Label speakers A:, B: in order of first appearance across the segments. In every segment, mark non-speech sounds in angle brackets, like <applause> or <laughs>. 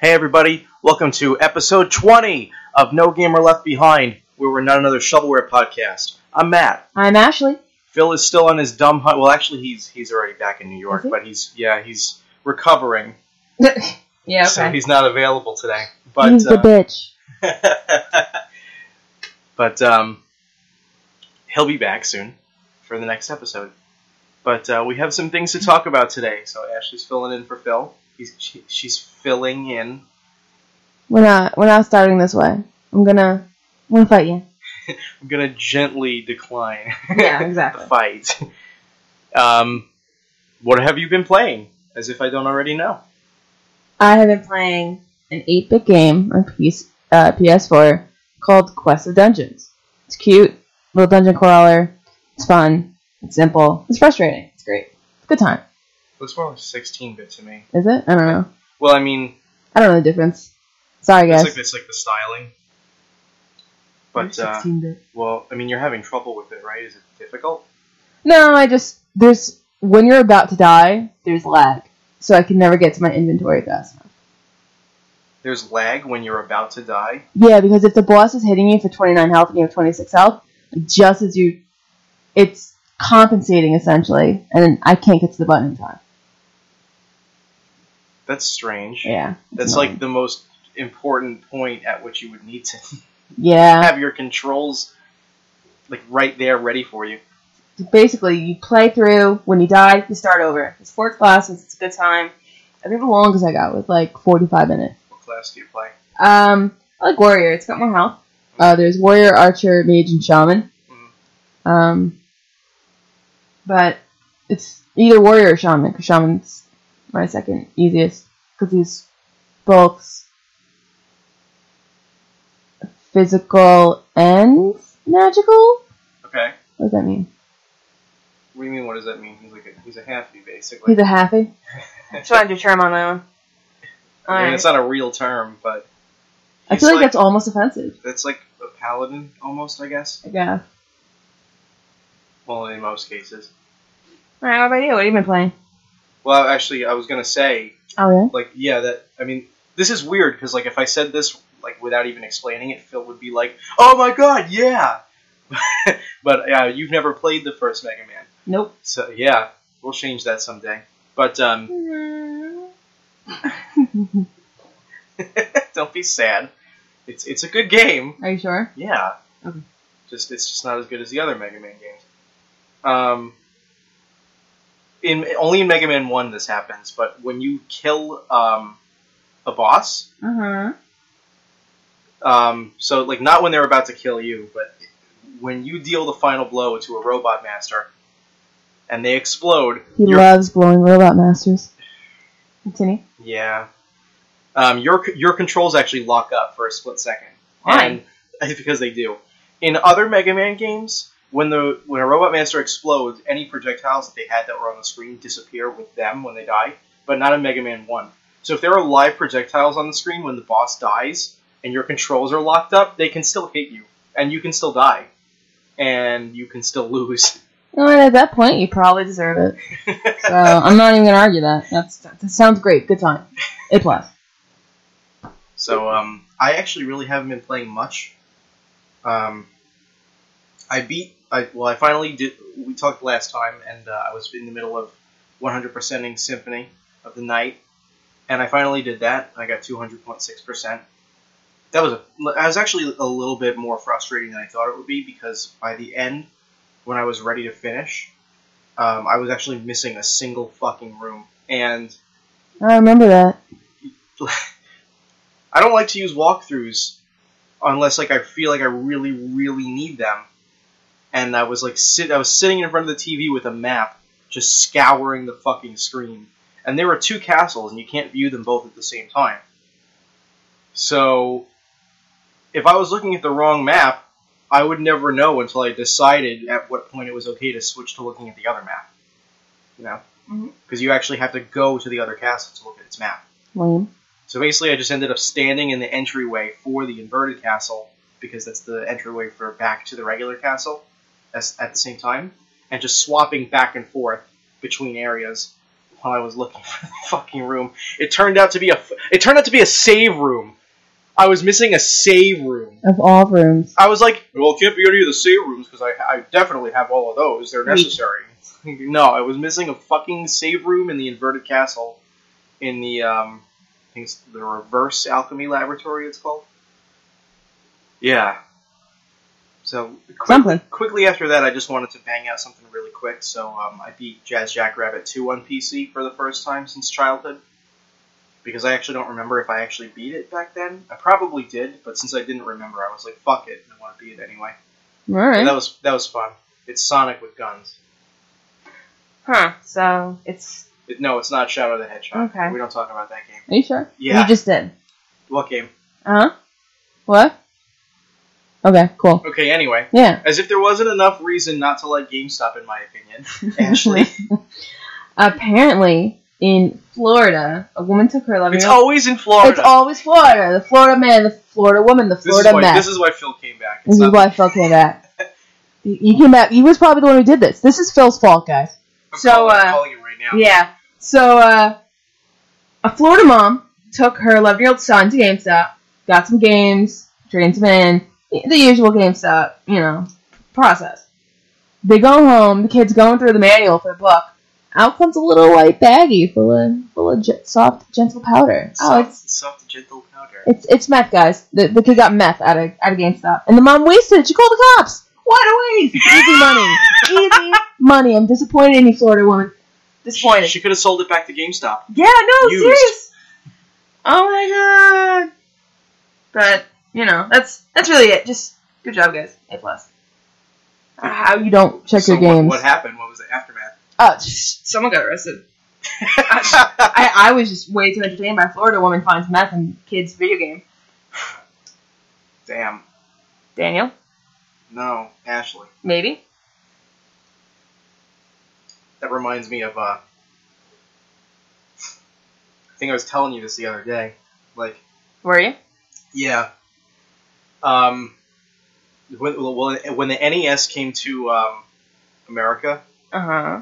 A: everybody. Welcome to episode 20 of No Gamer Left Behind, where we're not another shovelware podcast. I'm Matt.
B: I'm Ashley.
A: Phil is still on his dumb hunt. Well, actually, he's he's already back in New York,
B: Is he?
A: but he's yeah he's recovering,
B: <laughs> Yeah,
A: so he's not available today. But
B: He's the
A: uh,
B: bitch.
A: <laughs> but um, he'll be back soon for the next episode. But uh, we have some things to talk about today. So Ashley's filling in for Phil. He's, she, she's filling in.
B: We're not. We're not starting this way. I'm gonna. I'm gonna fight you.
A: I'm gonna gently decline
B: <laughs>
A: <laughs>
B: Yeah,
A: the
B: exactly.
A: fight. Um, what have you been playing? As if I don't already know.
B: I have been playing an 8-bit game on PS, uh, PS4 called Quest of Dungeons. It's cute, little dungeon crawler. It's fun. It's simple. It's frustrating. It's great. It's a good time.
A: Looks more like 16 bit to me.
B: Is it? I don't know.
A: Well, I mean,
B: I don't know the difference. Sorry,
A: it's
B: guys.
A: like it's like the styling. But uh,
B: 16-bit.
A: well, I mean, you're having trouble with it, right? Is it difficult?
B: No, I just there's when you're about to die, there's lag, so I can never get to my inventory fast enough.
A: There's lag when you're about to die.
B: Yeah, because if the boss is hitting you for 29 health and you have 26 health, just as you, it's compensating essentially, and I can't get to the button in time.
A: That's strange.
B: Yeah.
A: That's like the most important point at which you would need to <laughs>
B: Yeah.
A: have your controls like right there, ready for you.
B: Basically, you play through. When you die, you start over. It's four classes. It's a good time. I think the longest I got was like 45 minutes.
A: What class do you play?
B: Um, I like warrior. It's got more health. Uh, there's warrior, archer, mage, and shaman.
A: Mm-hmm.
B: Um, but it's either warrior or shaman. 'cause shaman's my second easiest because he's both physical and magical.
A: Okay.
B: What does that mean?
A: What do you mean? What does that mean? He's like a, he's a halfie, basically.
B: He's
A: <laughs>
B: a happy. Just wanted to term on that one.
A: I mean, it's not a real term, but
B: I
A: he's
B: feel like,
A: like-
B: that's almost offensive.
A: that's like a paladin almost, I guess.
B: I guess.
A: Well, in most cases.
B: All right, what about you? What have you been playing?
A: Well, actually, I was gonna say
B: Oh yeah.
A: like yeah that i mean this is weird because like if i said this like without even explaining it phil would be like oh my god yeah <laughs> but yeah you've never played the first mega man
B: Nope.
A: so yeah we'll change that someday but um <laughs>
B: Mm-hmm.
A: don't be sad it's it's a good game
B: Are you sure?
A: yeah
B: Okay.
A: just it's just not as good as the other mega man games um in only in mega man 1 this happens but when you kill um a boss
B: Uh huh.
A: Um, so, like, not when they're about to kill you, but when you deal the final blow to a robot master and they explode,
B: He
A: your-
B: loves blowing robot masters. Continue.
A: yeah, um, your your controls actually lock up for a split second,
B: Why?
A: and <laughs> because they do. In other Mega Man games, when the when a robot master explodes, any projectiles that they had that were on the screen disappear with them when they die, but not in Mega Man One. So if there are live projectiles on the screen when the boss dies and your controls are locked up, they can still hit you, and you can still die, and you can still <laughs> lose.
B: Well, and at that point, you probably deserve it. So I'm not even gonna argue that. That's that sounds great. Good time. A plus.
A: So um, I actually really haven't been playing much. Um, I beat. I well, I finally did. We talked last time, and uh, I was in the middle of 100%ing Symphony of the Night, and I finally did that. I got 200.6%. That was a. I was actually a little bit more frustrating than I thought it would be because by the end, when I was ready to finish, um, I was actually missing a single fucking room, and
B: I remember that.
A: I don't like to use walkthroughs unless like I feel like I really, really need them. And I was like sit I was sitting in front of the TV with a map, just scouring the fucking screen. And there were two castles and you can't view them both at the same time. So if I was looking at the wrong map, I would never know until I decided at what point it was okay to switch to looking at the other map. You know?
B: Mhm.
A: Because you actually have to go to the other castle to look at its map.
B: Lame.
A: So basically, I just ended up standing in the entryway for the inverted castle because that's the entryway for back to the regular castle as, at the same time, and just swapping back and forth between areas, while I was looking <laughs> for the fucking room. It turned out to be a f- it turned out to be a save room. I was missing a save room.
B: Of all rooms.
A: I was like, well, it can't be any of the save rooms because I, I definitely have all of those. They're
B: Wait.
A: necessary. <laughs> no, I was missing a fucking save room in the inverted castle, in the um, I think it's the reverse alchemy laboratory. It's called. Yeah. So quick,
B: Something.
A: quickly after that, I just wanted to bang out something really quick. So um, I beat Jazz Jackrabbit two on PC for the first time since childhood. Because I actually don't remember if I actually beat it back then. I probably did, but since I didn't remember, I was like, "Fuck it," and I want to beat it anyway. And that
B: Alright.
A: was that was fun. It's Sonic with guns.
B: Huh. So it's
A: It- no, it's not Shadow the Hedgehog.
B: Okay.
A: We don't talk about that game.
B: Are you sure?
A: Yeah.
B: You just did.
A: What game?
B: Uh huh. What? Okay, cool.
A: Okay. Anyway,
B: <laughs> Yeah.
A: as if there wasn't enough reason not to like GameStop, in my opinion. <laughs>
B: <laughs>
A: Ashley,
B: Apparently, in Florida, a woman took her 11
A: it's
B: year old.
A: always in Florida.
B: It's always Florida. The Florida man, the Florida woman, the
A: this is
B: Florida
A: why
B: man.
A: this is why Phil came back.
B: This
A: It's
B: is
A: not,
B: why Phil came back. He- He came back. He was probably the one who did this. This is Phil's fault, guys.
A: I'm
B: so,
A: calling, I'm
B: uh,
A: calling him right now.
B: Yeah. So, uh, a Florida mom took her 11 year old son to GameStop, got some games, traded some in, the usual GameStop, you know, process. They go home, the kid's going through the manual for the book. Out comes a little white baggie full of full of ge- soft, gentle powder. Oh,
A: Soft,
B: it's
A: soft, gentle powder.
B: it's it's meth, guys. The, the kid got meth out of out of GameStop, and the mom wasted. it. She called the cops. What a waste! Easy money, easy money. I'm disappointed in you, Florida woman. Disappointed.
A: She could have sold it back to GameStop.
B: yeah, no,
A: Used.
B: serious. Oh my god. But you know, that's that's really it. Just good job, guys. A plus. Uh, How you don't check
A: So
B: your
A: what-
B: games?
A: What, happened? What was the aftermath?
B: Uh, sh- someone got arrested.
A: I,
B: <laughs> I, I was just way too entertained by a Florida woman finds meth in kids' video game.
A: Damn.
B: Daniel,
A: No, Ashley.
B: maybe.
A: That reminds me of, uh, I think I was telling you this the other day. Like,
B: Were you?
A: yeah. Um, when, well, when the NES came to um, America,
B: Uh huh.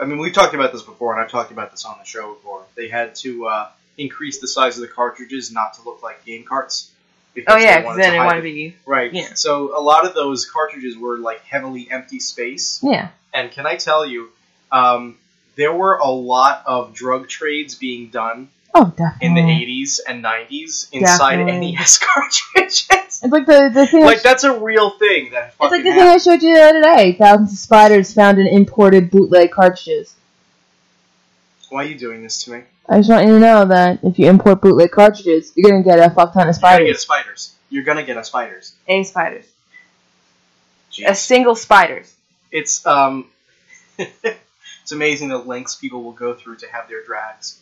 A: I mean, we've talked about this before, and I've talked about this on the show before. They had to uh, increase the size of the cartridges not to look like game carts. Because
B: Oh
A: they
B: yeah, because
A: wanted
B: then
A: to
B: it
A: hide
B: want to
A: the-
B: be
A: Right.
B: Yeah.
A: So a lot of those cartridges were like heavily empty space.
B: yeah.
A: And can I tell you, um, there were a lot of drug trades being done
B: Oh, definitely.
A: in the 80s and 90s inside
B: Definitely.
A: NES <laughs> cartridges.
B: It's like the the thing. I
A: like,
B: sh-
A: that's a real thing that
B: it's
A: fucking
B: like the thing
A: happened.
B: I showed you the other day. Thousands of spiders found in imported bootleg cartridges.
A: Why are you doing this to me?
B: I just want you to know that if you import bootleg cartridges, you're gonna get a fuck ton of
A: You're gonna get
B: spiders.
A: spiders. You're gonna get a spiders.
B: A spiders.
A: Jeez.
B: single spiders.
A: It's, um... <laughs> it's amazing the lengths people will go through to have their drags.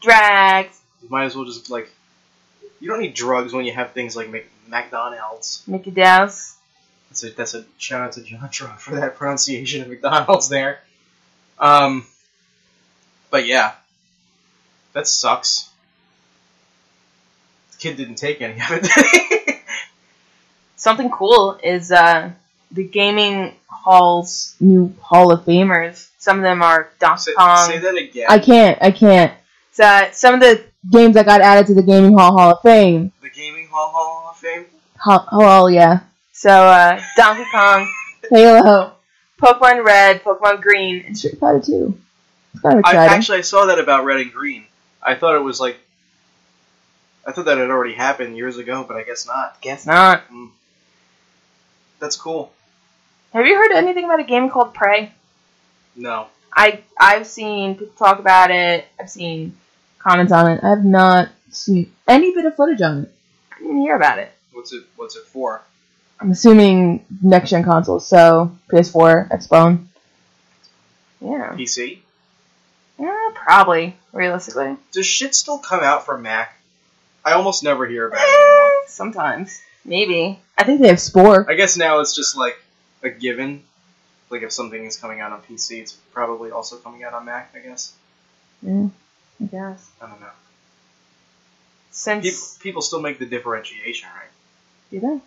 B: Drags.
A: You might as well just, like... You don't need drugs when you have things like Mc- McDonald's.
B: Mickey Douse.
A: That's a, that's a shout out to John Trump for that <laughs> pronunciation of McDonald's there. Um, but yeah, that sucks. The kid didn't take any of it. <laughs>
B: Something cool is uh, the gaming halls new Hall of Famers. Some of them are
A: say,
B: Donkey
A: say that again.
B: Um, I can't. I can't. It's, uh, some of the games that got added to the gaming hall Hall of Fame
A: the Gaming Hall Hall of Fame.
B: Ho- Oh, yeah. So, uh, Donkey Kong, Halo, Pokemon Red, Pokemon Green, and Street Fighter 2. It's kind of
A: I,
B: exciting.
A: actually, I saw that about Red and Green. I thought it was like, I thought that had already happened years ago, but I guess not.
B: Guess not.
A: Mm. That's cool.
B: Have you heard anything about a game called Prey?
A: No,
B: I, I've seen people talk about it. I've seen comments on it. I have not seen any bit of footage on it. I didn't hear about it.
A: what's it? What's it for?
B: I'm assuming next gen consoles, so PS4, Xbox. Yeah.
A: PC.
B: yeah. Probably, realistically.
A: Does shit still come out for Mac? I almost never hear about
B: <laughs>
A: it. anymore.
B: Eh, Sometimes. Maybe. I think they have Spore.
A: I guess now it's just like a given. Like if something is coming out on PC, it's probably also coming out on Mac. I guess.
B: Yeah, I guess.
A: I don't know. People,
B: Since
A: people still make the differentiation, right?
B: do they?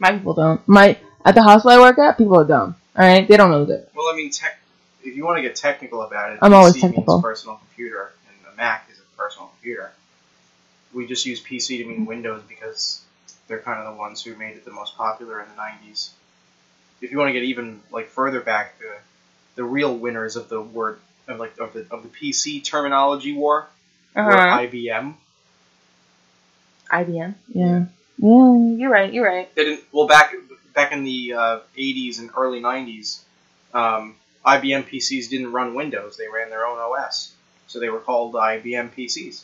B: My people don't. My at the hospital I work at, people are dumb. All right, they don't know that.
A: Well, I mean, tech. if you want to get technical about it,
B: I'm always
A: PC
B: technical.
A: means personal computer, and a Mac is a personal computer. We just use PC to mean Windows because they're kind of the ones who made it the most popular in the 90s. If you want to get even like further back, the the real winners of the word of like of the of the PC terminology war
B: Uh-huh.
A: were IBM.
B: IBM. Yeah. Yeah, you're right. You're right.
A: They didn't. Well, back back in the uh, 80s and early 90s, um, IBM PCs didn't run Windows; they ran their own OS, so they were called IBM PCs.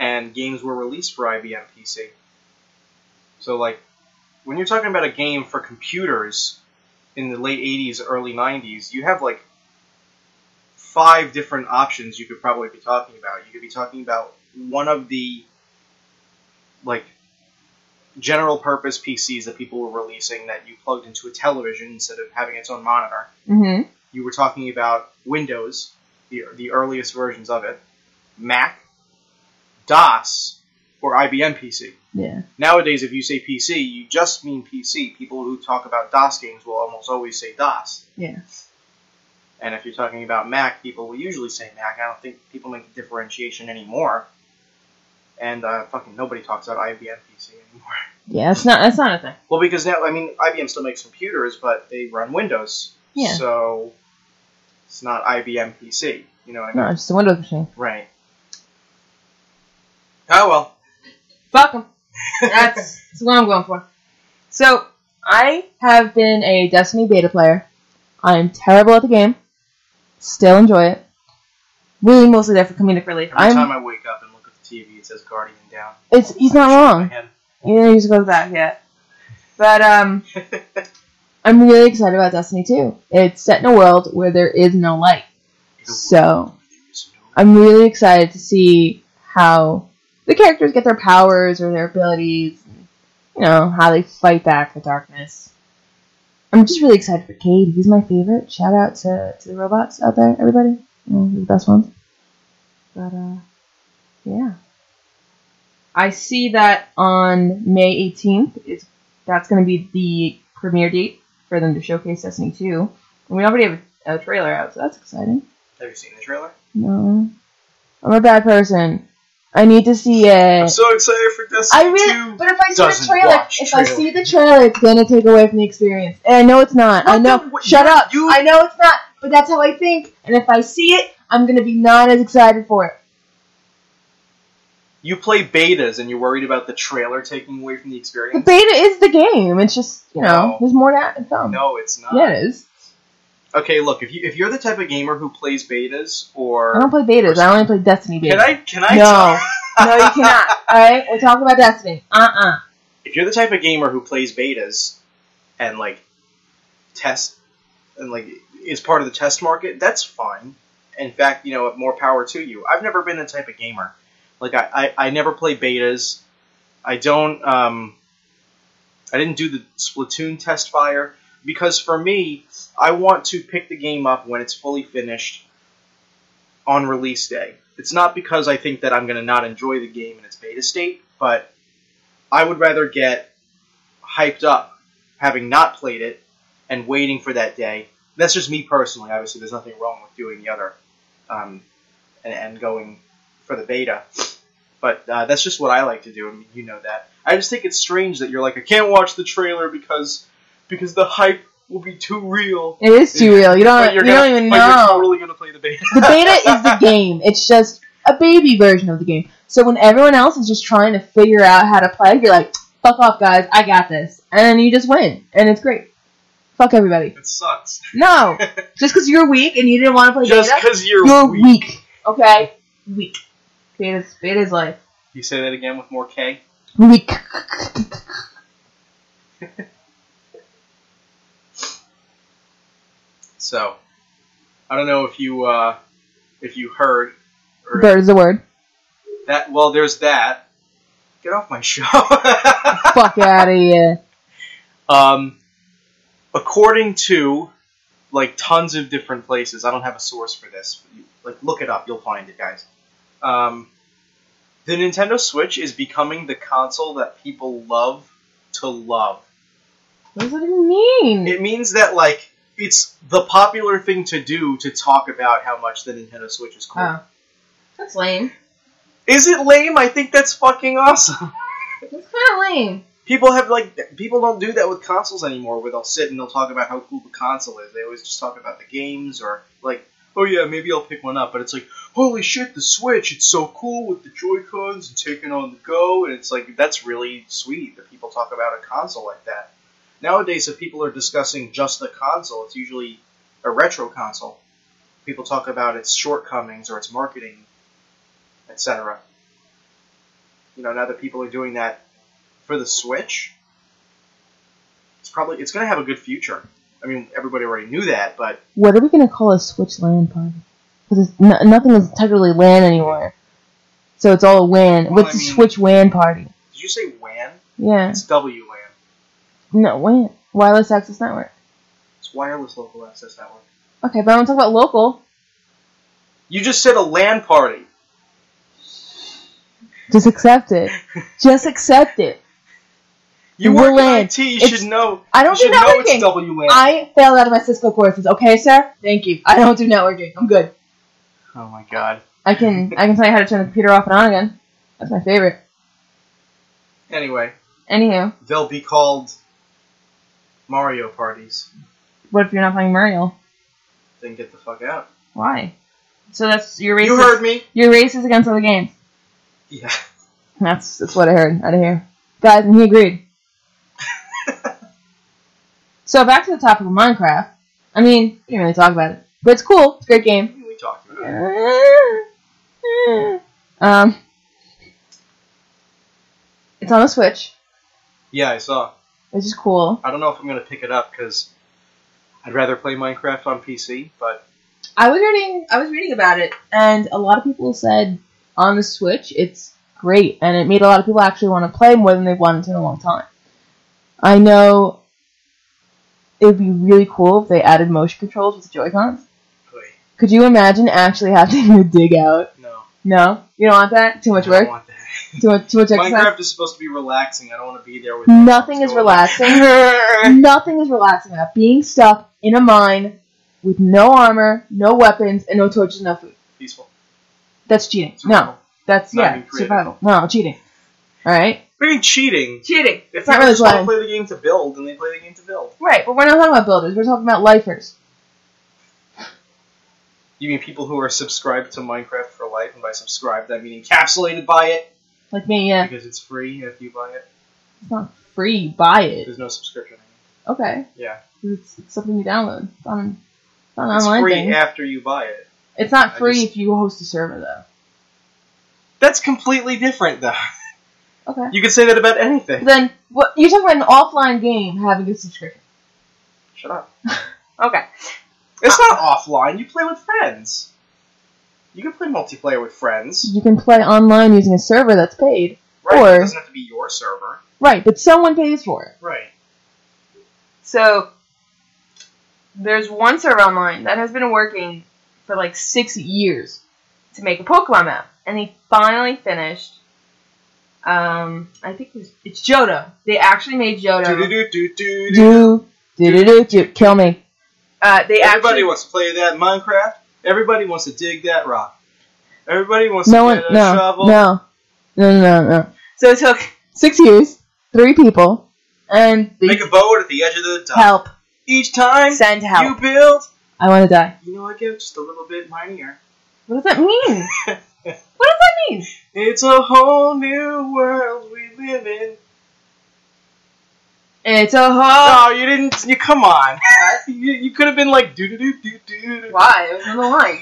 A: And games were released for IBM PC. So, like, when you're talking about a game for computers in the late 80s, early 90s, you have like five different options you could probably be talking about. You could be talking about one of the like general purpose PCs that people were releasing that you plugged into a television instead of having its own monitor.
B: Mm-hmm.
A: You were talking about Windows, the, the earliest versions of it, Mac, DOS, or IBM PC.
B: Yeah.
A: Nowadays, if you say PC, you just mean PC. People who talk about DOS games will almost always say DOS.
B: Yeah.
A: And if you're talking about Mac, people will usually say Mac. I don't think people make a differentiation anymore. And uh, fucking nobody talks about IBM PC anymore.
B: Yeah. That's not. That's not a thing.
A: Well, because now, I mean, IBM still makes computers, but they run Windows.
B: Yeah.
A: So it's not IBM PC. You know what I mean?
B: No, it's just a Windows machine.
A: Right. Oh, well.
B: Fuck 'em. That's, that's what I'm going for. So I have been a Destiny beta player. I am terrible at the game. Still enjoy it. Really, mostly there for comedic relief.
A: <laughs> Every
B: I'm.
A: time I wake up and look at the TV, it says Guardian down.
B: it's he's not wrong.
A: Man.
B: You know, you just go to that yet. But
A: <laughs>
B: um, I'm really excited about Destiny 2. It's set in a world where there is no light. So I'm really excited to see how the characters get their powers or their abilities. You know how they fight back the darkness. I'm just really excited for Cade. He's my favorite. Shout out to, to the robots out there, everybody. You know, they're the best ones. But uh, yeah. I see that on May 18th is that's going to be the premiere date for them to showcase Destiny 2. And we already have a, a trailer out, so that's exciting.
A: Have you seen the trailer?
B: No. I'm a bad person. I need to see
A: I'm
B: it.
A: so excited for Destiny
B: I really,
A: 2.
B: but if I see the
A: doesn't
B: trailer,
A: watch
B: if I
A: trailer.
B: see the trailer, it's gonna take away from the experience. And I know it's not. I
A: What
B: know.
A: the- what-
B: shut
A: you-
B: up.
A: you-
B: I know it's not. But that's how I think. And if I see it, I'm gonna be not as excited for it.
A: You play betas and you're worried about the trailer taking away from the
B: The
A: experience?
B: beta is the game. It's just you know,
A: No.
B: there's more to it. No.
A: No, it's not.
B: Yeah, it is.
A: Okay, look, if you if you're the type of gamer who plays betas or
B: I don't play betas. I only play Destiny betas.
A: Can I can I
B: No. no, you
A: <laughs>
B: cannot. All right, we're talking about Destiny. Uh uh
A: if you're the type of gamer who plays betas and like test and like is part of the test market, that's fine. In fact, you know, more power to you. I've never been the type of gamer. Like I, I, I never play betas. I don't um I didn't do the Splatoon test fire because for me, I want to pick the game up when it's fully finished on release day. It's not because I think that I'm going to not enjoy the game in its beta state, but I would rather get hyped up having not played it and waiting for that day. That's just me personally. Obviously, there's nothing wrong with doing the other um, and, and going for the beta. But uh, that's just what I like to do. I mean, you know that. I just think it's strange that you're like, I can't watch the trailer because because the hype will be too real.
B: It is too real. You don't.
A: But
B: You
A: you're gonna,
B: Uh, don't even
A: but
B: know.
A: you're totally gonna play the beta.
B: the beta
A: <laughs>
B: is the game. It's just a baby version of the game. So when everyone else is just trying to figure out how to play, you're like, "Fuck off, guys! I got this," and you just win, and it's great. Fuck everybody.
A: It sucks. <laughs>
B: No, just because you're weak and you didn't want to play
A: Just
B: beta,
A: because you're,
B: you're
A: weak.
B: weak. Okay, weak. Beta's beta's life.
A: You say that again with more K.
B: Weak.
A: So, I don't know if you uh, if you heard or
B: Bird is the word.
A: that. Well, there's that. Get off my <laughs> show.
B: Fuck out of here.
A: um, according to like tons of different places, I don't have a source for this. But you, like, look it up. You'll find it, guys. Um, the Nintendo Switch is becoming the console that people love to love.
B: What does that even mean?
A: It means that like it's the popular thing to do to talk about how much the Nintendo Switch is cool.
B: Oh. That's lame.
A: Is it lame? I think that's fucking awesome.
B: It's kind of lame.
A: People have like people don't do that with consoles anymore, where they'll sit and they'll talk about how cool the console is. They always just talk about the games or like, oh yeah, maybe I'll pick one up. But it's like, holy shit, the Switch! It's so cool with the Joy Cons and taking on the go, and it's like that's really sweet that people talk about a console like that. Nowadays, if people are discussing just the console, it's usually a retro console. People talk about its shortcomings or its marketing, etc. You know, now that people are doing that for the Switch, it's probably it's going to have a good future. I mean, everybody already knew that, but
B: What are we gonna call a Switch LAN party? Because n- nothing is technically LAN anymore. So it's all a WAN.
A: Well,
B: What's
A: I
B: a
A: mean-
B: Switch WAN party?
A: did you say WAN?
B: Yeah.
A: It's WLAN.
B: No, WAN. Wireless Access Network.
A: It's wireless local access network.
B: Okay, but I want to talk about local.
A: You just said a LAN party. <laughs>
B: Just accept it. Just accept it.
A: You
B: We're
A: work
B: LAN.
A: in IT. You
B: It's-
A: should know.
B: I
A: You
B: don't do
A: should know it's
B: networking.
A: WLAN.
B: I failed out of my Cisco courses. Okay, sir. Thank you. I don't do networking. I'm good.
A: oh my god.
B: I can I can tell you how to turn the computer off and on again. That's my favorite.
A: Anyway,
B: Anywho,
A: they'll be called Mario parties.
B: what if you're not playing Mario?
A: Then get the fuck out.
B: Why? So that's your racist.
A: You heard me. <laughs>
B: Your racist against other games. <laughs>
A: Yeah.
B: That's that's what I heard out of here, guys, and he agreed. so back to the topic of Minecraft. I mean, we didn't really talk about it, but it's cool. It's a great game.
A: We talked about it.
B: Um, it's on the Switch,
A: Yeah, I saw.
B: which is cool.
A: I don't know if I'm gonna pick it up because I'd rather play Minecraft on PC. But
B: I was reading, I was reading about it, and a lot of people said on the Switch it's great, and it made a lot of people actually want to play more than they've wanted to in a long time. I know it would be really cool if they added motion controls with the Joy Cons.
A: wait,
B: Could you imagine actually having to dig out?
A: no,
B: No, you don't want that. Too much
A: I don't
B: work.
A: want that.
B: Too much. Too much exercise.
A: Minecraft is supposed to be relaxing. I don't want to be there with
B: Nothing is
A: Going-
B: relaxing. nothing is relaxing about being stuck in a mine with no armor, no weapons, and no torches, no food.
A: <laughs> Peaceful.
B: That's cheating. <laughs> No, that's
A: Not
B: yeah,
A: even creative.
B: survival. No, cheating. All right,
A: I mean, cheating.
B: cheating.
A: If
B: It's not
A: people
B: really
A: just wanna
B: fun.
A: play the game to build, then they play the game to build.
B: Right, but we're not talking about builders. We're talking about lifers.
A: You mean people who are subscribed to Minecraft for life, and by subscribed, I mean encapsulated by it
B: Like me, yeah.
A: because it's free if you buy it.
B: It's not free. Buy it.
A: There's no subscription.
B: Okay.
A: Yeah,
B: It's, it's something you download. It's on, it's on an
A: it's
B: online
A: free
B: thing.
A: after you buy it.
B: It's
A: I
B: not free
A: just-
B: if you host a server though.
A: That's completely different, though.
B: Okay.
A: You could say that about
B: <laughs>
A: anything.
B: Then what you're talking about an offline game having a subscription.
A: Shut up.
B: Okay.
A: It's not offline. You play with friends. You can play multiplayer with friends.
B: You can play online using a server that's paid.
A: Right.
B: Or-
A: it doesn't have to be your server.
B: Right, but someone pays for it.
A: Right.
B: So there's one server online that has been working for like six years to make a Pokemon map, and they finally finished. Um, I think it was, it's Johto. They actually made Johto.
A: Do-do-do-do-do.
B: Do do do do. Kill me. Uh, they
A: Everybody
B: actually.
A: wants to play that Minecraft. Everybody wants to dig that rock. Everybody wants
B: No
A: to
B: one.
A: get a
B: No.
A: shovel.
B: No. No. No. No.
C: So it took
B: Six years. Three people. And they
A: Make a boat at the edge of the dock.
B: help.
A: Each time
B: Send
A: you
B: help.
A: build,
B: I want to die.
A: you know, I give just a little bit minor.
B: What does that
A: <laughs>
B: mean? what does that mean?
A: It's a whole new world we live in.
B: It's a whole.
A: Oh, you didn't. You come on. You, you could have been like do do do do do.
B: Why? It was another line.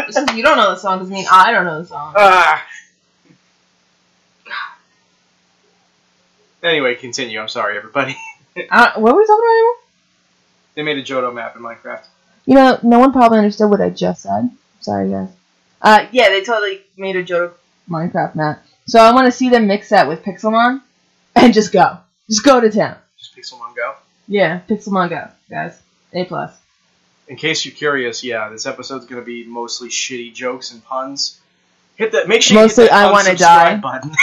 B: It's just you don't know the song doesn't mean I don't know the song.
A: Ah. Anyway, continue. I'm sorry, everybody.
B: I don't- uh, what were we talking about anymore?
A: They made a Johto map in Minecraft.
B: You know, no one probably understood what I just said. Sorry, guys. Uh, yeah, they totally made a joke Minecraft map. So I want to see them mix that with Pixelmon and just go. Just go to town.
A: Just Pixelmon Go.
B: Yeah, Pixelmon go, guys. A plus.
A: In case you're curious, yeah, this episode's gonna be mostly shitty jokes and puns. Hit that. Make sure
B: Mostly
A: you hit that
B: I wanna
A: unsubscribe
B: die.
A: button.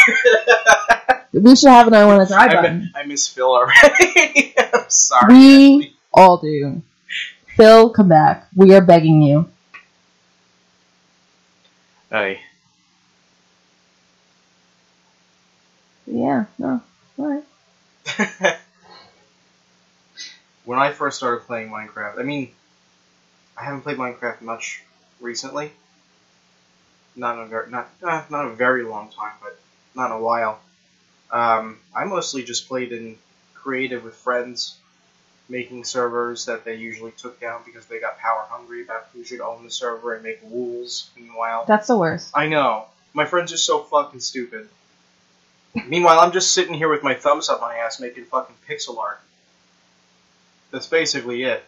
B: We should have an I want to
A: <laughs>
B: die
A: I,
B: button.
A: <laughs> mi- I miss Phil already. I'm sorry.
B: We all do. Phil, come back. We are begging you.
A: Aye.
B: Yeah, no. Alright.
A: <laughs> when I first started playing Minecraft, I mean, I haven't played Minecraft much recently. Not in a ver- not uh, not a very long time, but not in a while. Um, I mostly just played in creative with friends, making servers that they usually took down because they got power hungry about who should own the server and make rules. Meanwhile,
B: That's the worst.
A: I know. My friends are so fucking stupid. Meanwhile, I'm just sitting here with my thumbs up my ass making fucking pixel art. That's basically it.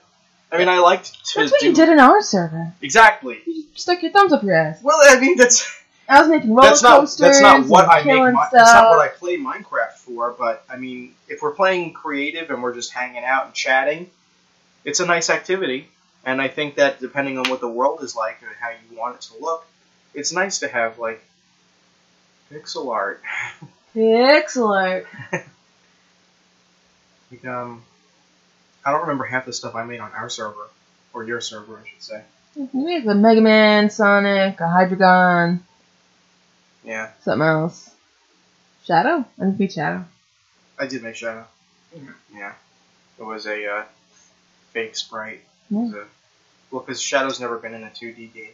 A: I mean, I liked to
B: That's what
A: do
B: you did in our server.
A: exactly.
B: You just stuck your thumbs up your ass.
A: Well, I mean that's
B: I was making roller
A: that's not
B: coasters.
A: that's not what
B: and
A: I make.
B: killing
A: Mi-
B: stuff.
A: that's not what I play Minecraft for. But I mean, if we're playing creative and we're just hanging out and chatting, it's a nice activity. And I think that depending on what the world is like and how you want it to look, it's nice to have like pixel art.
B: Pixel art.
A: Like, um, I don't remember half the stuff I made on our server or your server, I should say.
B: You make the Mega Man, Sonic, a Hydreigon,
A: Yeah,
B: something else. Shadow? I think we Shadow.
A: I did make Shadow. Mm-hmm. Yeah, it was a uh, fake sprite. It was
B: Mm.
A: a, well, because Shadow's never been in a 2D game.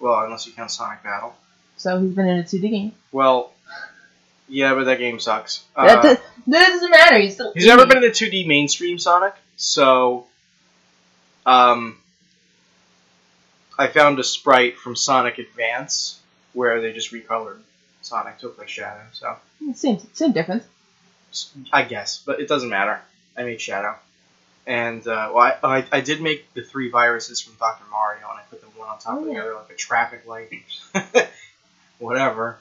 A: Well, unless you count Sonic Battle.
B: So he's been in a 2D game.
A: Well, yeah, but that game sucks.
B: that,
A: Uh,
B: does, that doesn't matter. He's still.
A: he's never been in a 2D mainstream Sonic, so um, I found a sprite from Sonic Advance where they just recolored Sonic to look like Shadow. So
B: Same, same difference.
A: I guess, but it doesn't matter. I made Shadow, and uh, well, I, I I did make the three viruses from Doctor Mario, and I put them one on top of the
B: Oh.
A: other like a traffic light, <laughs> whatever.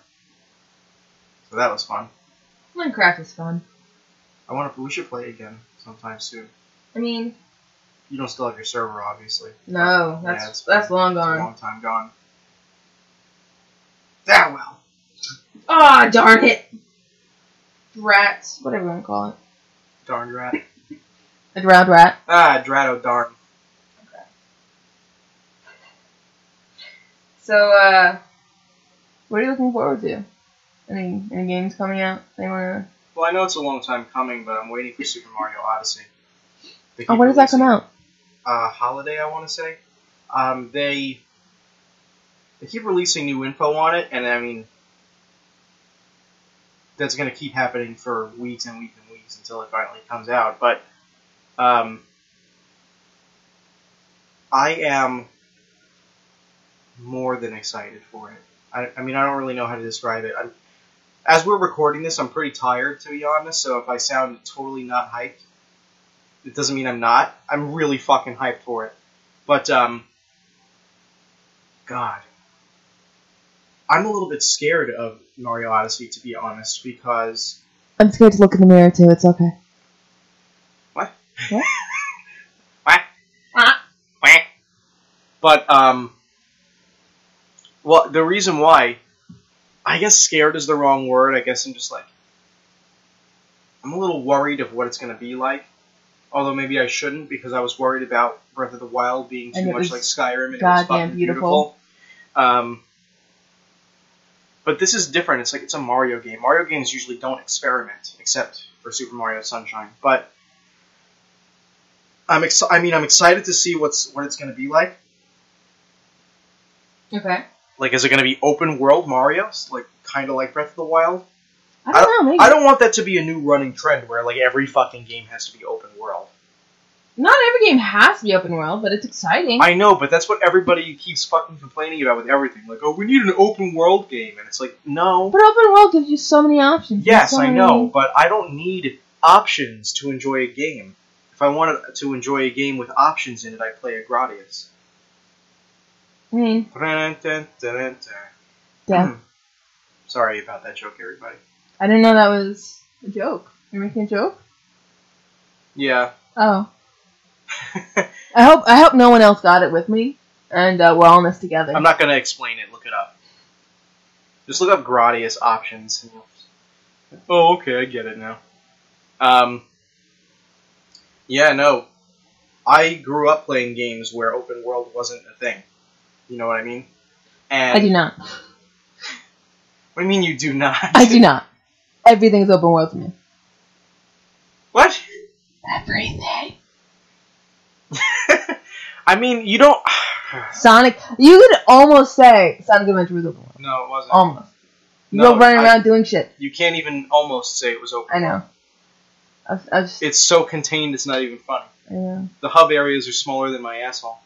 A: So that was fun.
B: Minecraft is fun.
A: I want to. We should play again sometime soon.
B: I mean,
A: You don't still have your server, obviously.
B: no,
A: Yeah,
B: that's
A: it's been-
B: that's long
A: It's a
B: gone.
A: long time gone. Ah well.
B: Ah, darn it! Rats, whatever you want to call it.
A: Darn drat.
B: A drowned rat.
A: Ah, dratto darn.
B: So, uh, what are you looking forward to? Any any games coming out? They wanna?
A: Well, I know it's a long time coming, but I'm waiting for Super Mario Odyssey. They
B: Oh,
A: keep
B: when does that come
A: releasing-
B: out?
A: uh, holiday, I want to say. Um, they they keep releasing new info on it, and I mean that's going to keep happening for weeks and weeks and weeks until it finally comes out. But um, I am more than excited for it. I, I mean, I don't really know how to describe it. I'm, as we're recording this, I'm pretty tired, to be honest. So if I sound totally not hyped, it doesn't mean I'm not. I'm really fucking hyped for it. But um God. I'm a little bit scared of Mario Odyssey to be honest, because
B: I'm scared to look in the mirror too. It's okay.
A: but um well the reason why I guess scared is the wrong word. I guess I'm just like I'm a little worried of what it's gonna be like. Although maybe I shouldn't because I was worried about Breath of the Wild being
B: And
A: too
B: it
A: much
B: was
A: like Skyrim and it was
B: goddamn
A: fucking
B: beautiful.
A: beautiful. Um, but this is different. It's like it's a Mario game. Mario games usually don't experiment except for Super Mario Sunshine. But I'm ex- I mean I'm excited to see what's what it's gonna be like.
B: Okay.
A: Like is it gonna be open world Mario? It's like kind of like Breath of the Wild?
B: I don't know. Maybe
A: I don't want that to be a new running trend where like every fucking game has to be open world.
B: not every game has to be open world, but it's exciting.
A: I know, but that's what everybody keeps fucking complaining about with everything. Like, oh, we need an open world game, and it's like, no.
B: But open world gives you so many options.
A: Yes,
B: so
A: I
B: many-
A: know, but I don't need options to enjoy a game. If I wanted to enjoy a game with options in it, I play a Gradius.
B: I mean, yeah.
A: Hmm. Sorry about that joke, everybody.
B: I didn't know that was a joke. You're making a joke?
A: Yeah. <laughs>
B: Oh. I hope I hope no one else got it with me, and uh, we're all in this together.
A: I'm not gonna explain it. Look it up. Just look up Gradius options. And you'll... Oh, okay, I get it now. Um, yeah, no, I grew up playing games where open world wasn't a thing. You know what I mean? And
B: I do not.
A: What do you mean you do not?
B: I do not. Everything's open world to me.
A: <laughs> What? <laughs>
B: Everything.
A: I mean, you don't. <sighs>
B: Sonic. You could almost say Sonic Adventure was open world.
A: no, it wasn't.
B: Almost. You
A: No,
B: go running
A: I-
B: around doing shit.
A: You can't even almost say it was open.
B: I know. I've, I've,
A: It's so contained, it's not even funny.
B: I know.
A: The hub areas are smaller than my asshole.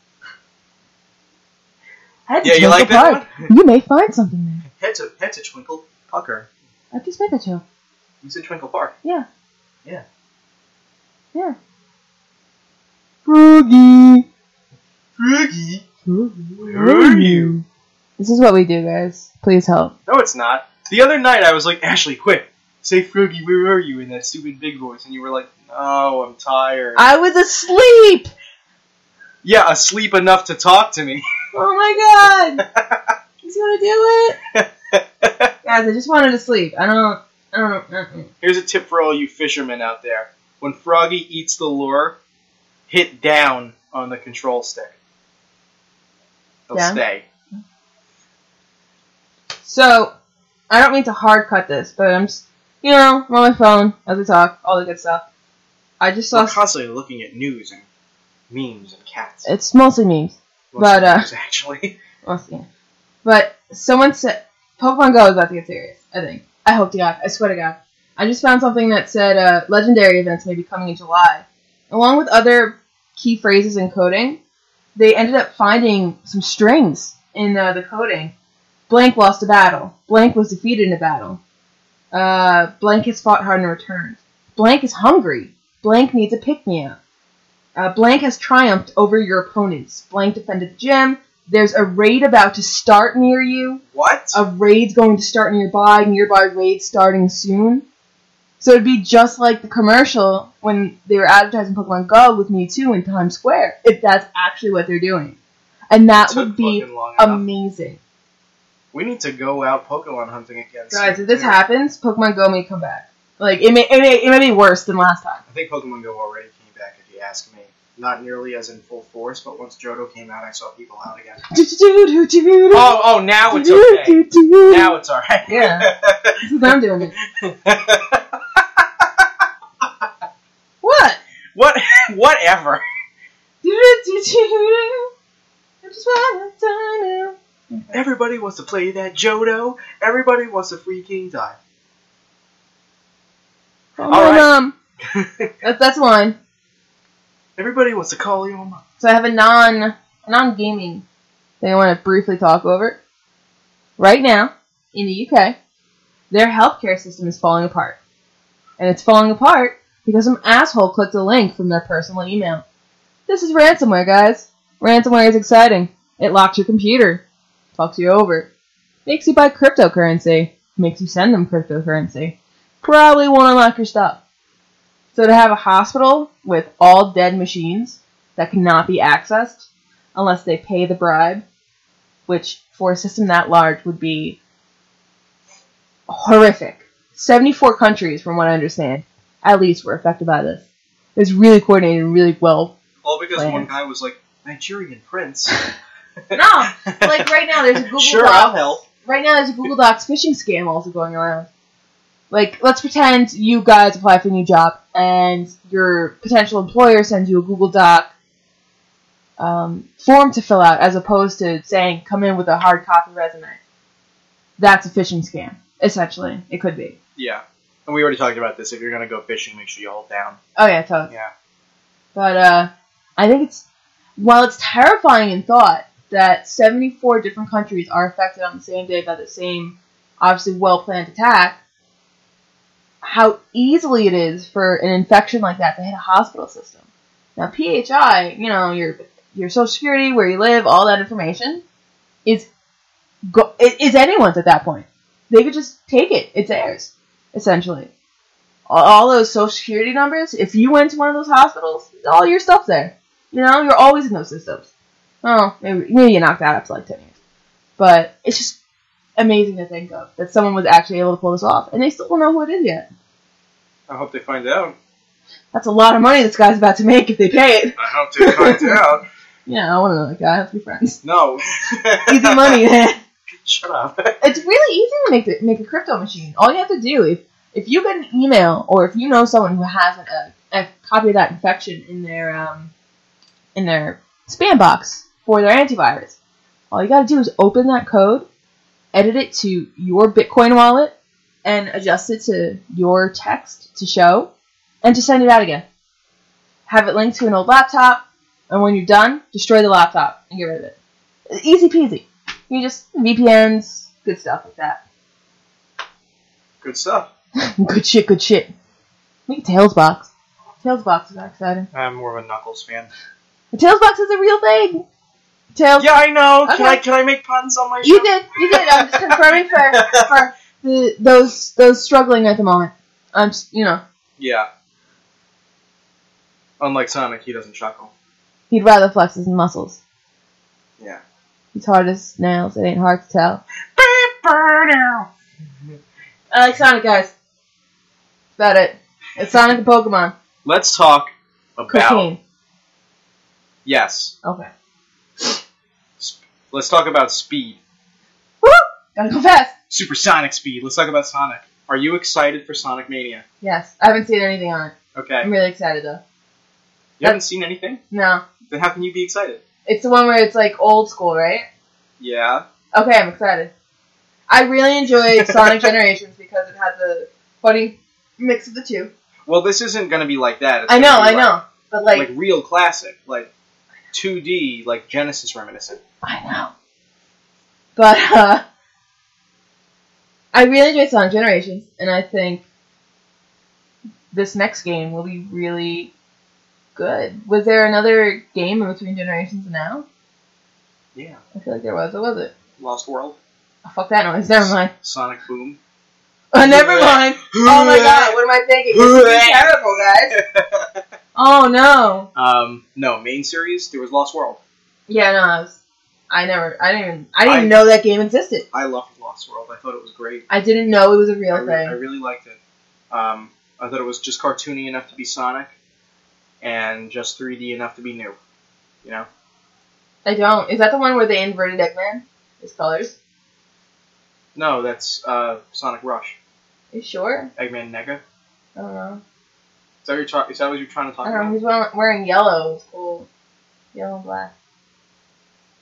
B: Head
A: Yeah, you like that one?
B: You may find something there.
A: Head's a, head's a twinkle pucker.
B: I just made that show.
A: He's a twinkle bark.
B: Yeah.
A: Yeah.
B: Yeah. Boogie.
A: Froggy.
B: Where are you? This is what we do, guys. Please help.
A: No, it's not. The other night I was like, Ashley, quick, say Froggy, where are you in that stupid big voice? And you were like, no, I'm tired.
B: I was asleep.
A: yeah, asleep enough to talk to me. <laughs>
B: Oh my god. He's gonna do it, guys. I just wanted to sleep. I don't. I don't. uh-uh.
A: Here's a tip for all you fishermen out there. When Froggy eats the lure, hit down on the control stick. They'll
B: Down?
A: stay.
B: So, I don't mean to hard cut this, but I'm just, you know, I'm on my phone as I talk, all the good stuff. I just saw.
A: We're constantly looking at news and memes and cats.
B: It's mostly memes.
A: Mostly
B: but, uh,
A: news, actually, <laughs>
B: Mostly. But someone said. Pokemon Go is about to get serious, I think. I hope to God. I swear to God. I just found something that said uh, legendary events may be coming in July. Along with other key phrases and coding, they ended up finding some strings in uh, the coding. Blank lost a battle. Blank was defeated in a battle. Uh, blank has fought hard and returned. Blank is hungry. Blank needs a pick me up. Uh, blank has triumphed over your opponents. Blank defended the gym. There's a raid about to start near you
A: what?
B: a raid's going to start nearby, nearby raid starting soon. So it'd be just like the commercial when they were advertising Pokemon Go with Mewtwo in Times Square, if that's actually what they're doing. And that
A: Took
B: would be
A: fucking long enough.
B: amazing.
A: We need to go out Pokemon hunting again.
B: Guys,
A: soon,
B: if this
A: too.
B: happens, Pokemon Go may come back. Like, it may, it may, it may be worse than last time.
A: I think Pokemon Go already came back, if you ask me. Not nearly as in full force, but once Johto came out, I saw people out again.
B: Oh,
A: <laughs> Oh, oh, now it's
B: <laughs>
A: okay. Now it's alright.
B: Yeah. This is what I'm doing. What?
A: <laughs> what? <laughs> Whatever.
B: I just wanna die now.
A: Everybody wants to play that Johto. Everybody wants to freaking die. <laughs>
B: Call
A: All
B: my
A: right.
B: mom. That's Um, that's one.
A: Everybody wants to call you a mom.
B: So I have a non non gaming thing I want to briefly talk over. Right now, in the UK, their healthcare system is falling apart, and it's falling apart because some asshole clicked a link from their personal email. This is ransomware, guys. Ransomware is exciting. It locks your computer, fucks you over, makes you buy cryptocurrency, makes you send them cryptocurrency. Probably won't unlock your stuff. So to have a hospital with all dead machines that cannot be accessed unless they pay the bribe, which for a system that large would be horrific. 74 countries, from what I understand, at least were affected by this. It's really coordinated and really well.
A: All because
B: Plans.
A: one guy was like, Nigerian <laughs> prince.
B: <laughs> No,
A: <laughs>
B: like right now there's a Google
A: sure,
B: Docs.
A: I'll help.
B: Right now there's a Google Docs phishing scam also going around. Like, let's pretend you guys apply for a new job and your potential employer sends you a Google Doc um, form to fill out as opposed to saying come in with a hard copy resume. That's a phishing scam, essentially. It could be.
A: Yeah. And we already talked about this. If you're going to go fishing, make sure you hold down.
B: Oh, yeah, totally.
A: Yeah.
B: But uh, I think it's while it's terrifying in thought that 74 different countries are affected on the same day by the same obviously well planned attack. How easily it is for an infection like that to hit a hospital system. Now PHI, you know your your social security, where you live, all that information is go- i- is anyone's at that point. They could just take it; it's theirs, essentially all- all those social security numbers, if you went to one of those hospitals, all your stuff's there. You know, you're always in those systems. Oh, maybe, maybe you knocked that up to like 10 years. But it's just amazing to think of that someone was actually able to pull this off, and they still don't know who it is yet.
A: I hope they find out.
B: That's a lot of money this guy's about to make if they pay it.
A: I hope to find out.
B: Yeah, I want to know that guy. Let's be friends.
A: No.
B: <laughs> Easy money, man.
A: Shut up.
B: It's really easy to make the, make a crypto machine. All you have to do if if you get an email or if you know someone who has a, a copy of that infection in their um in their spam box for their antivirus, all you got to do is open that code, edit it to your Bitcoin wallet, and adjust it to your text to show, and just send it out again. Have it linked to an old laptop, and when you're done, destroy the laptop and get rid of it. Easy peasy. You just VPNs, good stuff like that.
A: Good stuff.
B: good shit, good shit. Make a Tails box. Tails box is exciting.
A: I'm more of a Knuckles fan.
B: The Tails box is a real thing. Tails.
A: Yeah, I know. Can I
B: Okay.
A: can I make puns on my show?
B: You did, you did. I'm just confirming for for the, those those struggling at the moment. I'm just, you know,
A: <laughs> Yeah. Unlike Sonic, he doesn't chuckle.
B: he'd rather flex his muscles.
A: Yeah.
B: He's hard as nails. It ain't hard to tell. I like Sonic, guys. About it. It's Sonic and Pokemon.
A: Let's talk about
B: Cocaine.
A: yes.
B: Okay.
A: Let's talk about speed.
B: Woo! Gotta go fast.
A: Supersonic speed. Let's talk about Sonic. Are you excited for Sonic Mania?
B: Yes, I haven't seen anything on it.
A: Okay.
B: I'm really excited though.
A: You haven't seen anything?
B: No,
A: Then how can you be excited?
B: it's the one where it's like old school, right?
A: Yeah.
B: Okay, I'm excited. I really enjoy
A: <laughs>
B: Sonic Generations because it has a funny mix of the two.
A: Well, this isn't gonna be like that. It's
B: I know,
A: gonna
B: I
A: be
B: know, but
A: Like,
B: like,
A: like real classic, like 2D, like Genesis reminiscent.
B: I know. But uh, I really enjoy Sonic Generations, and I think this next game will be really good. Was there another game in between Generations and now?
A: Yeah.
B: I feel like there was. What was it?
A: Lost World.
B: Oh, fuck that noise. Never mind. <laughs>
A: Sonic Boom.
B: Oh, never mind. <gasps> Oh my god, what am I thinking? This
A: <laughs>
B: is terrible, guys. Oh no.
A: Um, no, main series, there was Lost World.
B: Yeah, no, I was. I never. I didn't. Even, I didn't even
A: I-
B: know that game existed.
A: I loved Lost World. I thought it was great.
B: I didn't know it was a real
A: I, re- I
B: thing.
A: really liked it. Um, I thought it was just cartoony enough to be Sonic and just 3D enough to be new. You know?
B: I, don't. Is that the one where they inverted Eggman? His colors.
A: No, that's uh, Sonic Rush.
B: Are you sure?
A: Eggman Nega.
B: I don't know.
A: Is that, your tra- is that what you're trying to talk
B: I don't know.
A: about?
B: He's wearing- wearing yellow. It's cool. Yellow and black.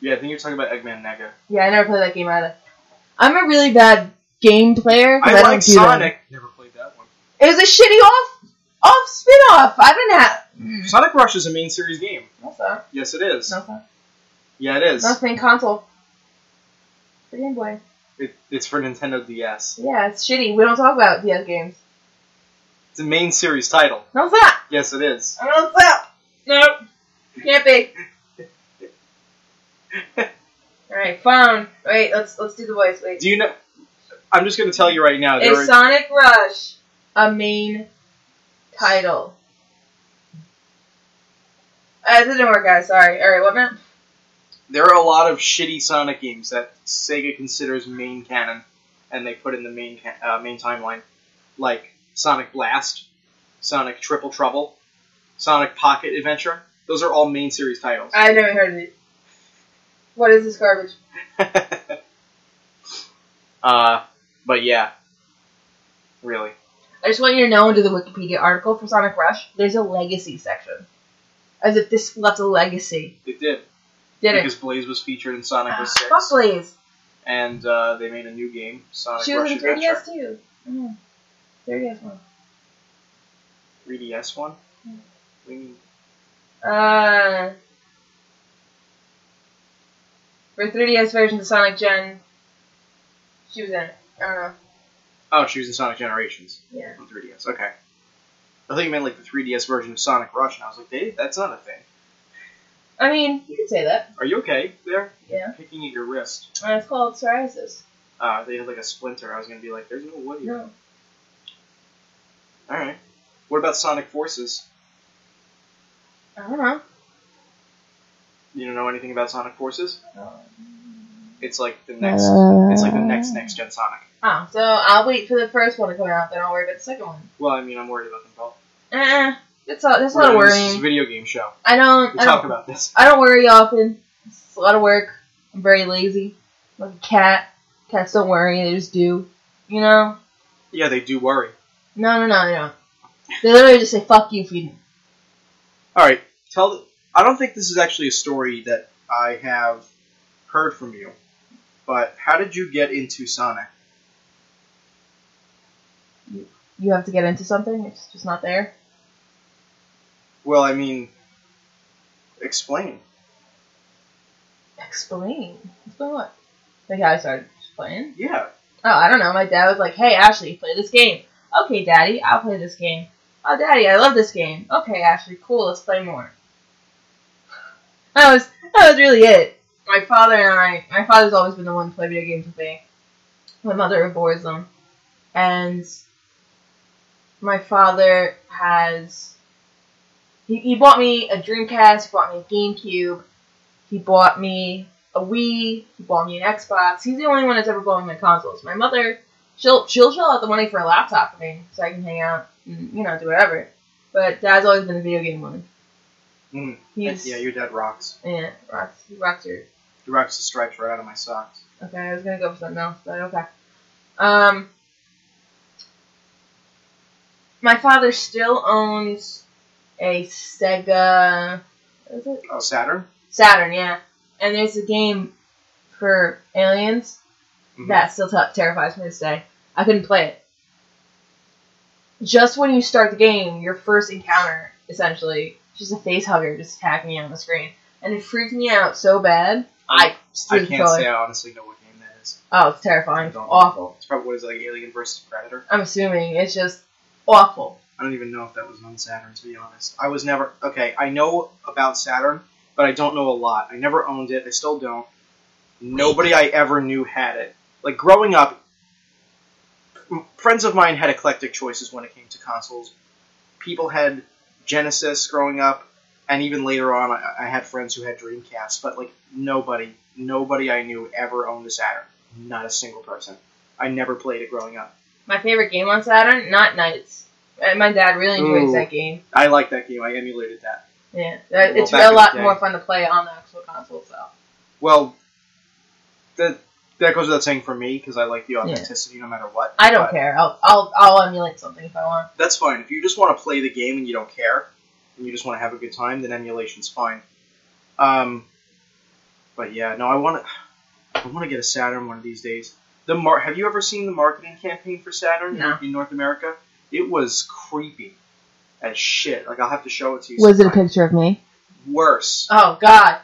A: Yeah, I think you're talking about Eggman Nega.
B: Yeah, I never played that game either. I'm a really bad game player. 'cause
A: I,
B: I, don't
A: like
B: do
A: Sonic. Never played that one.
B: Them. It was a shitty off off spin off. I didn't have.
A: Sonic Rush is a main series game.
B: That's not.
A: Yes, it is.
B: That's not.
A: Yeah, it is.
B: That's main console. For Game Boy.
A: It, it's for Nintendo DS.
B: Yeah, it's shitty. We don't talk about DS games.
A: It's a main series title.
B: No, it's not.
A: Yes, it is.
B: I don't flip. Nope. Can't <laughs> be. Alright, phone. Wait, let's let's do the voice. Wait.
A: Do you know? I'm just gonna tell you right now. There
B: Is
A: is,
B: Sonic Rush a main title? Uh, it didn't work out, sorry. Alright, what map?
A: there are a lot of shitty Sonic games that Sega considers main canon, and they put in the main ca- uh, main timeline, like Sonic Blast, Sonic Triple Trouble, Sonic Pocket Adventure. Those are all main series titles.
B: I've never heard of it. What is this garbage?
A: <laughs> uh, but yeah, really.
B: I just want you to know under the Wikipedia article for Sonic Rush, there's a legacy section. As if this left a legacy.
A: It did.
B: Did it?
A: because Blaze was featured in Sonic was
B: Ah, Fuck
A: six,
B: please.
A: and uh, they made a new game, Sonic
B: She
A: Rush
B: was in
A: Adventure,
B: 3DS too. Mm-hmm. Yeah. 3DS one.
A: 3DS one.
B: Hmm.
A: What do you mean?
B: Uh, for 3DS version of Sonic Gen, she was in it. I don't know.
A: Oh, she was in Sonic Generations
B: Yeah.
A: on 3DS. Okay. I thought you meant like the 3DS version of Sonic Rush, and I was like, "Hey, that's not a thing."
B: I mean, you could say that.
A: Are you okay there?
B: Yeah.
A: Picking at your wrist.
B: Uh, it's called psoriasis.
A: Uh, they had like a splinter. I was gonna be like, "There's no wood here."
B: No.
A: All right. What about Sonic Forces?
B: I don't know.
A: You don't know anything about Sonic Forces? It's like the next. It's
B: It's
A: like the next next gen Sonic.
B: Oh, so I'll wait for the first one to come out, then I'll worry about the second one.
A: Well, I mean, I'm worried about them both.
B: Uh, It's a, that's a lot of
A: We're- This is a
B: worrying.
A: video game show.
B: I don't.
A: We
B: I
A: talk
B: don't,
A: about this.
B: I don't worry often. It's a lot of work. I'm very lazy. I'm like a cat. Cats don't worry. They just do. You know?
A: Yeah, they do worry.
B: No, no, no, no. They literally just say "fuck you" if you.
A: All right, tell. I don't think this is actually a story that I have heard from you, but how did you get into Sonic?
B: You have to get into something. It's just not there.
A: Well, I mean, explain.
B: Explain. Explain what? Like how I started just playing.
A: Yeah,
B: Oh, I don't know. My dad was like, "Hey, Ashley, play this game." Okay, Daddy, I'll play this game. Oh, Daddy, I love this game. Okay, Ashley, cool. Let's play more. That was that was really it. My father and I. My father's always been the one to play video games with me. My mother abhors them, and my father has. He, he bought me a Dreamcast. He bought me a GameCube. He bought me a Wii. He bought me an Xbox. He's the only one that's ever bought me my consoles. My mother, she'll she'll shell out the money for a laptop for me so I can hang out and you know do whatever. But Dad's always been a video game one.
A: Mm.
B: He's
A: yeah. Your dad rocks.
B: yeah rocks he rocks your
A: He rocks the stripes right out of my socks.
B: okay. I was gonna go for something else, but okay. Um, my father still owns a Sega. What is it?
A: Oh, Saturn.
B: Saturn, yeah. And there's a game for aliens
A: Mhm.
B: that still ter- terrifies me to this day. I couldn't play it. Just when you start the game, your first encounter, essentially, just a face hugger just attacking you on the screen. And it freaked me out so bad. I,
A: I
B: threw the
A: can't
B: controller.
A: say I honestly know what game that is.
B: Oh, it's
A: I
B: terrifying. It's
A: don't.
B: awful.
A: It's probably what is it, like Alien versus Predator.
B: I'm assuming it's just awful.
A: I don't even know if that was on Saturn, to be honest. I was never. Okay, I know about Saturn, but I don't know a lot. I never owned it. I still don't. Nobody I ever knew had it. Like, growing up, m- friends of mine had eclectic choices when it came to consoles. People had Genesis growing up, and even later on, I, I had friends who had Dreamcast, but, like, nobody, nobody I knew ever owned a Saturn. Not a single person. I never played it growing up.
B: My favorite game on Saturn, Not Knights. Uh, My dad really enjoys
A: Ooh.
B: that game.
A: I like that game. I emulated that.
B: Yeah, Uh,
A: Well,
B: it's
A: back in
B: a
A: the
B: lot
A: day.
B: more fun to play on the actual console, so.
A: Well, that that goes without saying for me because I like the authenticity no matter what.
B: I don't
A: But
B: care. I'll, I'll I'll emulate something if I want.
A: That's fine. If you just want to play the game and you don't care and you just want to have a good time, then emulation's fine. Um, but yeah, no, I want to. I want to get a Saturn one of these days. The mar- Have you ever seen the marketing campaign for Saturn
B: No.
A: in North America? It was creepy as shit. Like I'll have to show it to you.
B: Was it a
A: sometime.
B: picture of me?
A: Worse.
B: Oh God!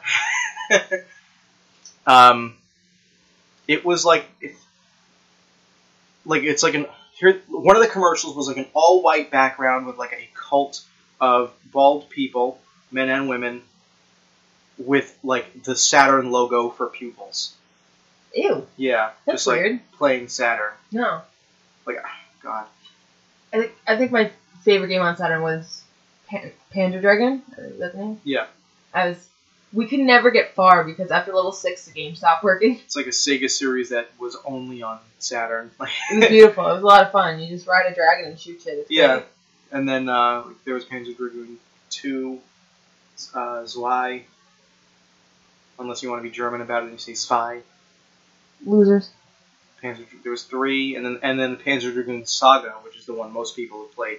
A: Um, it was like, it, like it's like an here. One of the commercials was like an all white background with like a cult of bald people, men and women, with like the Saturn logo for pupils.
B: Ew,
A: Yeah,
B: that's
A: just like
B: weird.
A: playing Saturn.
B: No,
A: God,
B: I think I think my favorite game on Saturn was Pan- Panda Dragon. I think that's the name.
A: Yeah.
B: I was. We could never get far because after level six, the game stopped working. <laughs>
A: it's like a Sega series that was only on Saturn.
B: It was beautiful. it was a lot of fun. You just ride a dragon and shoot shit. It's
A: Yeah.
B: great.
A: and then uh, there was Panzer Dragoon Two, uh, Zwei. Unless you want to be German about it, and you say Zwei.
B: Losers.
A: Panzer. There was three, and then and then the Panzer Dragoon Saga, which is the one most people have played,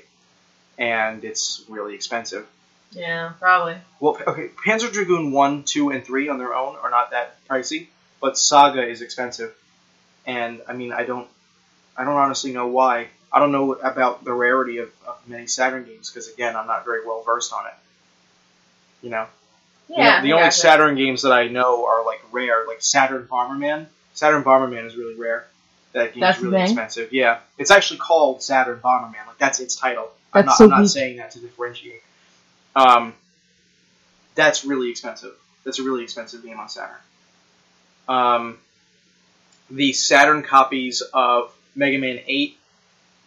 A: and it's really expensive.
B: Yeah, probably.
A: Well, p- okay, Panzer Dragoon one, two, and three on their own are not that pricey, but Saga is expensive, and I mean I don't, I don't honestly know why. I don't know about the rarity of, of many Saturn games because again I'm not very well versed on it. You know.
B: Yeah.
A: The only
B: exactly.
A: Saturn games that I know are like rare, like Saturn Bomberman. Saturn Bomberman is really rare. That game's
B: That's the
A: really
B: thing?
A: expensive. Yeah, it's actually called Saturn Bomberman. Like that's its title. I'm
B: That's
A: not,
B: so
A: I'm not
B: weak.
A: saying that to differentiate. Um, that's really expensive. That's a really expensive game on Saturn. Um, the Saturn copies of Mega Man Eight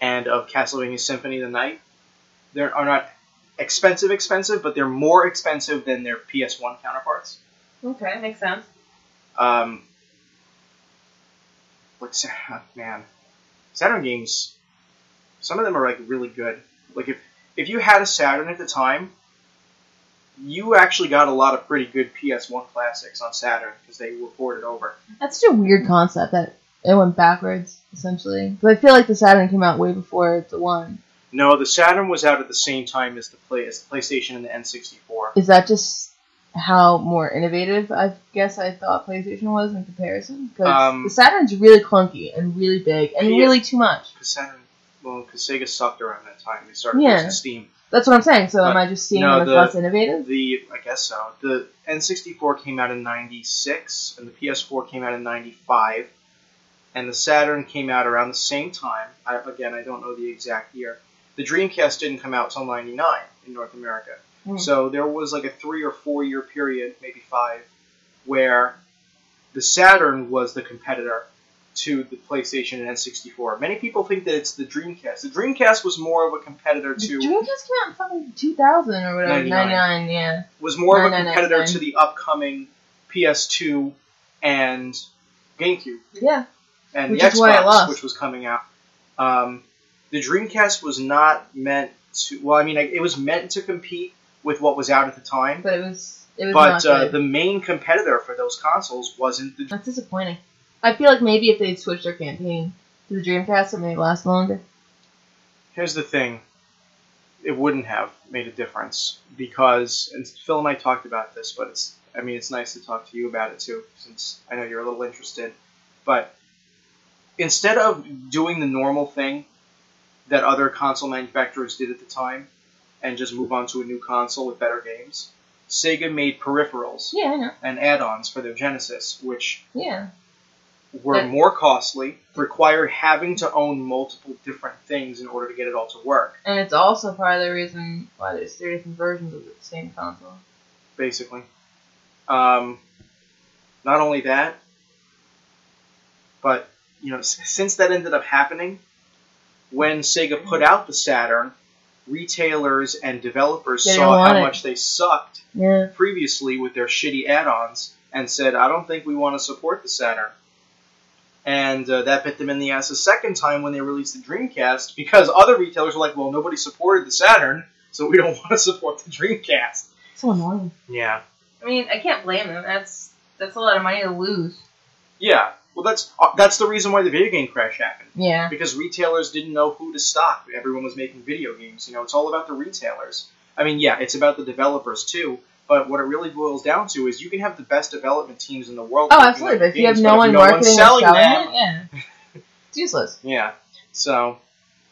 A: and of Castlevania Symphony of the Night, they are not expensive, expensive, but they're more expensive than their PS1 counterparts.
B: Okay, makes sense.
A: Um, oh, like, Sa- man, Saturn games, some of them are like really good. Like if if you had a Saturn at the time, you actually got a lot of pretty good PS1 classics on Saturn because they were ported over.
B: That's such a weird concept that it went backwards essentially. Because I feel like the Saturn came out way before the one.
A: No, the Saturn was out at the same time as the play as the PlayStation and the N64.
B: Is that just how more innovative I guess I thought PlayStation was in comparison? Because
A: Um,
B: the Saturn's really clunky and really big and
A: Yeah.
B: really too much.
A: Because Saturn, well, because Sega sucked around that time. They started
B: Yeah.
A: using Steam.
B: That's what I'm saying. So am
A: But-
B: I just seeing
A: no,
B: them as
A: the-
B: less innovative?
A: The I guess so. The N64 came out in '96, and the PS4 came out in '95, and the Saturn came out around the same time. I, again, I don't know the exact year. The Dreamcast didn't come out till '99 in North America.
B: Mm.
A: So there was like a three or four year period, maybe five, where the Saturn was the competitor to the PlayStation and N64. Many people think that it's the Dreamcast. The Dreamcast was more of a competitor
B: The
A: to
B: Dreamcast came out in fucking 2000 or whatever,
A: 99.
B: 99, yeah.
A: was more of a
B: No, no, no,
A: competitor
B: no.
A: to the upcoming PS2 and GameCube
B: Yeah.
A: and
B: Which
A: the
B: is why I
A: Xbox,
B: lost.
A: which was coming out. Um, the Dreamcast was not meant to. Well, I mean, like, it was meant to compete with what was out at the time.
B: But it was, it was not
A: But uh,
B: good.
A: the main competitor for those consoles wasn't the.
B: That's disappointing. I feel like maybe if they'd switched their campaign to the Dreamcast, it may last longer.
A: Here's the thing, it wouldn't have made a difference because, and Phil and I talked about this, but it's, I mean, it's nice to talk to you about it too, since I know you're a little interested. But instead of doing the normal thing that other console manufacturers did at the time, and just move on to a new console with better games, Sega made peripherals
B: Yeah, I know.
A: and add-ons for their Genesis, which
B: Yeah.
A: were
B: But-
A: more costly, required having to own multiple different things in order to get it all to work,
B: And it's also part of the reason why there's three different versions of the same console.
A: basically. Um, not only that, but you know, s- since that ended up happening, when Sega put out the Saturn, retailers and developers
B: They don't
A: saw how
B: want it.
A: much they sucked
B: Yeah.
A: previously with their shitty add-ons and said, "I don't think we want to support the Saturn." And uh, that bit them in the ass a second time when they released the Dreamcast because other retailers were like, "Well, nobody supported the Saturn, so we don't <laughs> want to support the Dreamcast."
B: So annoying.
A: Yeah,
B: I mean, I can't blame them. That's that's a lot of money to lose.
A: yeah. Well, that's uh, that's the reason why the video game crash happened
B: Yeah.
A: because retailers didn't know who to stock. Everyone was making video games. You know, it's all about the retailers. I mean, yeah, it's about the developers too. But what it really boils down to is you can have the best development teams in the world.
B: Oh,
A: working on
B: absolutely. But
A: your
B: if you have
A: games,
B: no
A: but
B: one
A: if
B: marketing
A: one's
B: or
A: selling
B: selling
A: them,
B: it, <laughs> yeah. It's useless.
A: Yeah. So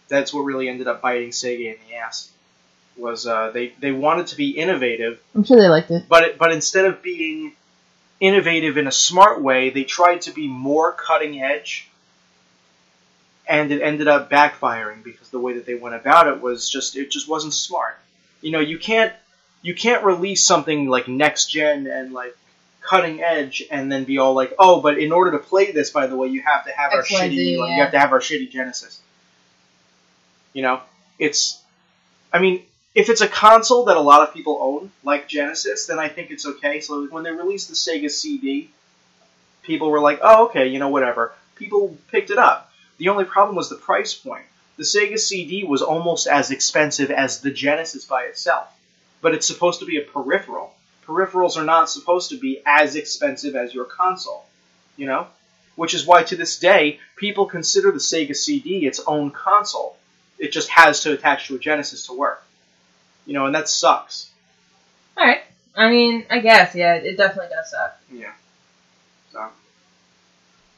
A: that's what really ended up biting Sega in the ass. Was uh, they they wanted to be innovative,
B: I'm sure they liked it.
A: but it, but instead of being innovative in a smart way, they tried to be more cutting edge, and it ended up backfiring because the way that they went about it was just it just wasn't smart. You know, you can't you can't release something like next gen and like cutting edge and then be all like, oh, but in order to play this, by the way, you have to have our
B: X, Y,
A: shitty
B: Z,
A: like, you
B: yeah.
A: have to have our shitty Genesis. You know, it's I mean if it's a console that a lot of people own, like Genesis, then I think it's okay. So when they released the Sega CD, people were like, "Oh, okay, you know, whatever." People picked it up. The only problem was the price point. The Sega CD was almost as expensive as the Genesis by itself, but it's supposed to be a peripheral. Peripherals are not supposed to be as expensive as your console, you know? Which is why to this day, people consider the Sega CD its own console. It just has to attach to a Genesis to work. You know, and that sucks.
B: All right. I mean, I guess yeah. It definitely does suck.
A: Yeah. So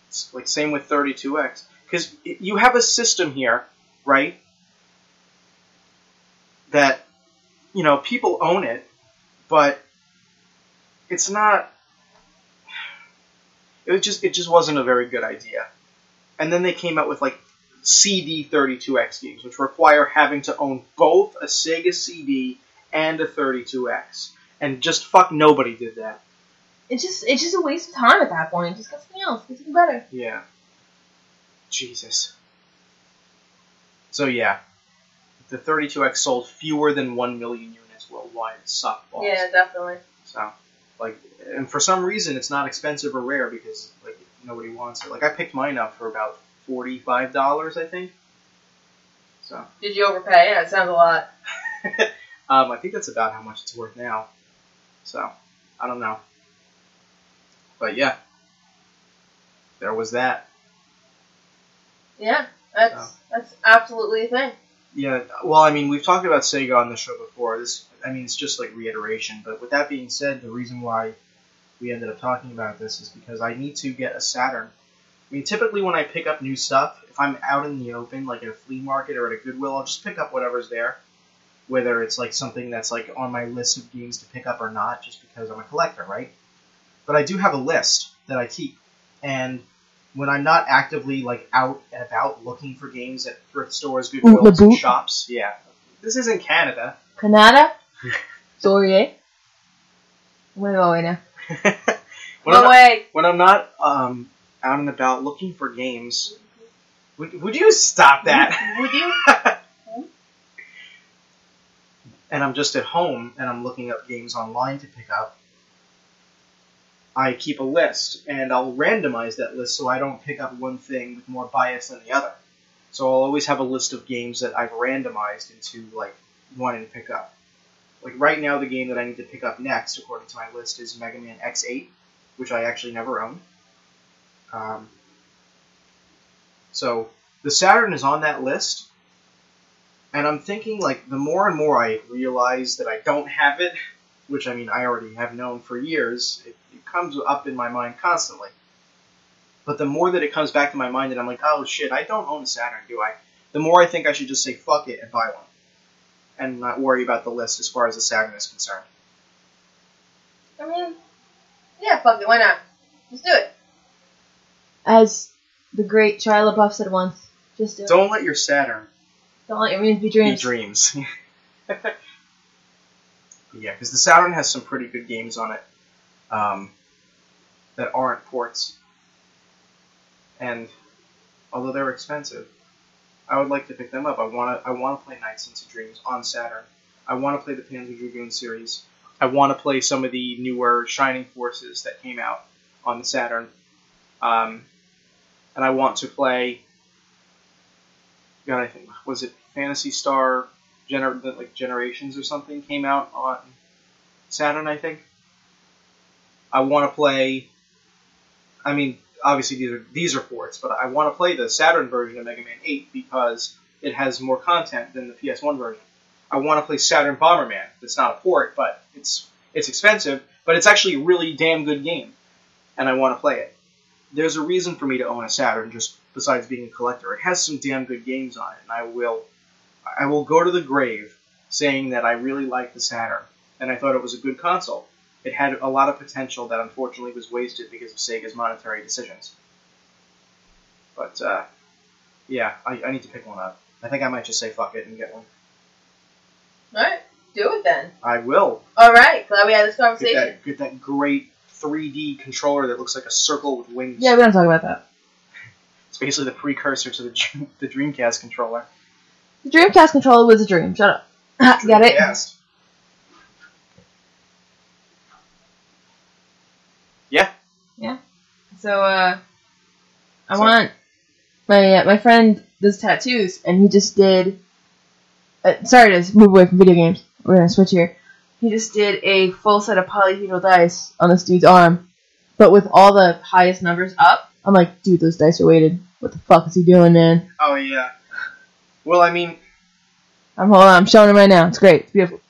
A: it's like same with 32x because you have a system here, right? That you know people own it, but it's not. It was just it just wasn't a very good idea. And then they came out with like CD 32x games, which require having to own both a Sega CD and a 32x, and just fuck nobody did that.
B: It's just it's just a waste of time at that point. Just get something else. Get something better.
A: Yeah. Jesus. So yeah, the 32X sold fewer than 1 million units worldwide. It sucked balls.
B: Yeah, definitely.
A: So, like, and for some reason it's not expensive or rare because like nobody wants it. Like I picked mine up for about forty-five dollars, I think. So
B: Did you overpay? Yeah, it sounds a lot.
A: um, I think that's about how much it's worth now. So, I don't know. But yeah, there was that.
C: Yeah, that's that's absolutely a thing.
A: Yeah, well, I mean, we've talked about Sega on the show before. This, I mean, it's just like reiteration. But with that being said, the reason why we ended up talking about this is because I need to get a Saturn. I mean, typically when I pick up new stuff, if I'm out in the open, like at a flea market or at a Goodwill, I'll just pick up whatever's there, whether it's like something that's like on my list of games to pick up or not, just because I'm a collector, right? But I do have a list that I keep, and when I'm not actively like out and about looking for games at thrift stores, Goodwills,
B: Labuke.
A: and shops, yeah, this isn't Canada. <laughs>
B: Canada? Sorry. I'm gonna go away now.
A: when,
C: no
A: I'm not,
C: way.
A: when I'm not um, out and about looking for games, would, would you stop that?
C: <laughs> Would you?
A: and I'm just at home and I'm looking up games online to pick up, I keep a list and I'll randomize that list so I don't pick up one thing with more bias than the other. So I'll always have a list of games that I've randomized into like wanting to pick up. Like right now, the game that I need to pick up next, according to my list, is Mega Man X8, which I actually never owned. Um, so the Saturn is on that list, and I'm thinking like the more and more I realize that I don't have it, which I mean I already have known for years, it, it comes up in my mind constantly. But the more that it comes back to my mind that I'm like, oh shit, I don't own a Saturn, do I? The more I think I should just say fuck it and buy one, and not worry about the list as far as the Saturn is concerned.
C: I mean, yeah, fuck it. Why not? Let's do it.
B: As the great Shia LaBeouf said once, just do it.
A: Don't let your Saturn
B: Don't let your dreams be
A: be
B: dreams.
A: dreams. <laughs> yeah, because the Saturn has some pretty good games on it um, that aren't ports, and although they're expensive, I would like to pick them up. I want to. I want to play Nights into Dreams on Saturn. I want to play the Panzer Dragoon series. I want to play some of the newer Shining Forces that came out on the Saturn, um, and I want to play. God, I think was it Fantasy Star, gener- that, like Generations or something came out on Saturn, I think. I want to play. I mean, obviously these are these are ports, but I want to play the Saturn version of Mega Man Eight because it has more content than the PS1 version. I want to play Saturn Bomberman. It's not a port, but it's it's expensive, but it's actually a really damn good game, and I want to play it. There's a reason for me to own a Saturn, just besides being a collector. It has some damn good games on it, and I will I will go to the grave saying that I really liked the Saturn and I thought it was a good console. It had a lot of potential that unfortunately was wasted because of Sega's monetary decisions. But uh, yeah, I, I need to pick one up. I think I might just say fuck it and get one.
C: All right, do it then.
A: I will
C: All right, glad we had this
A: get
C: conversation.
A: that get that great 3D controller that looks like a circle with wings.
B: Yeah, we don't talk about that.
A: it's basically the precursor to the Dream- the <laughs> Dreamcast controller.
B: The Dreamcast controller was a dream. Shut up. <laughs> Ha, Got it?
A: Dreamcast.
B: So, uh, I
A: So-
B: want my uh, my friend does tattoos, and he just did. Uh, sorry to move away from video games. We're gonna switch here. He just did a full set of polyhedral dice on this dude's arm, but with all the highest numbers up. I'm like, dude, those dice are weighted. What the fuck is he doing, man?
A: Oh yeah. Well, I mean,
B: I'm hold on. I'm showing him right now. It's great. It's beautiful.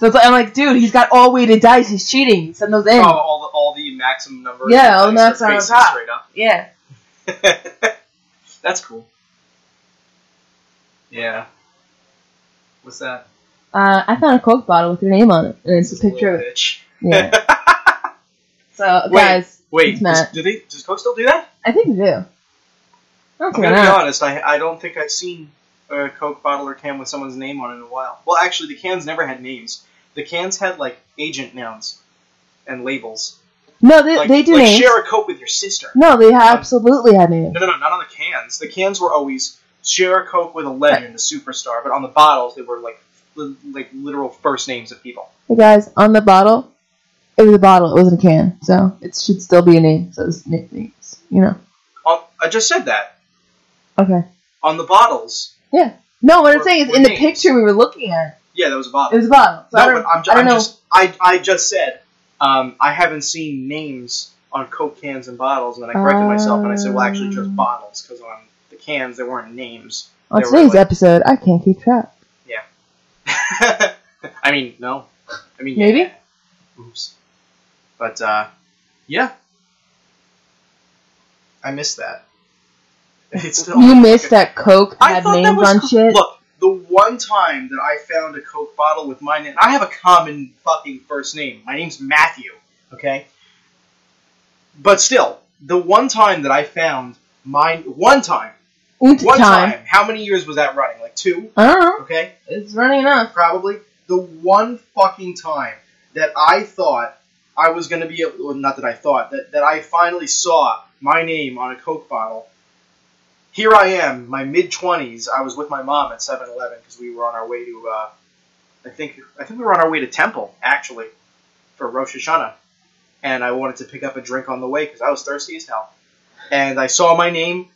B: So it's like, I'm like, dude, he's got all weighted dice. He's cheating. Send those in.
A: Oh, all the, all the maximum numbers.
B: Yeah, all
A: of
B: the
A: dice are
B: maximum on
A: facing
B: top.
A: Straight up.
B: Yeah.
A: <laughs> That's cool. Yeah. What's that?
B: Uh, I found a Coke bottle with your name on it, and it's a
A: This little <laughs>
B: picture of it.
A: bitch.
B: Yeah. So
A: Wait.
B: guys.
A: <laughs> Wait,
B: It's Matt.
A: does, do they, does Coke still do that?
B: I think they do. That's
A: I'm
B: right.
A: gonna be honest. I I don't think I've seen a Coke bottle or can with someone's name on it in a while. Well, actually, the cans never had names. The cans had like agent nouns and labels.
B: No, they,
A: Like,
B: they do
A: like
B: names.
A: share a Coke with your sister.
B: No, they absolutely have names.
A: No, no, no, not on the cans. The cans were always share a Coke with a legend, a superstar, but on the bottles they were like li- like literal first names of people.
B: Hey guys, on the bottle, it was a bottle. It wasn't a can, so it should still be a name. So it's na- names, you know.
A: On, I just Um, said that
B: Okay.
A: on the bottles.
B: Yeah. No, what I'm
A: Or-
B: saying is
A: or
B: in the
A: names.
B: picture we were looking at,
A: Yeah, that was a bottle.
B: it was a bottle. So I
A: no,
B: don't,
A: but I'm, ju-
B: I don't
A: I'm
B: know.
A: just I, I just said um, I haven't seen names on Coke cans and bottles, and then I corrected myself and I said, well, actually, just
B: Um.
A: bottles because on the cans there weren't names.
B: on
A: there were,
B: today's
A: like-
B: episode, I can't keep track.
A: <laughs> I mean, no. I mean, yeah.
B: Maybe?
A: Oops. But uh, yeah, I missed that. It's still
B: you missed that Coke
A: I
B: had
A: thought that
B: names
A: was
B: on
A: co-
B: shit.
A: Look, the one time that I found a Coke bottle with my name, I have a common fucking first name. My name's Matthew, okay? But still, the one time that I found mine, one time,
B: Oomph
A: one
B: time.
A: time, how many years was that running? Like two,
B: I don't know.
A: okay?
B: It's running enough.
A: Probably. The one fucking time that I thought I was going to be, able, well, not that I thought, that, that I finally saw my name on a Coke bottle here I am, my mid twenties. I was with my mom at 7-Eleven because we were on our way to, uh, I think, I think we were on our way to Temple actually for Rosh Hashanah, and I wanted to pick up a drink on the way because I was thirsty as hell, and I saw my name,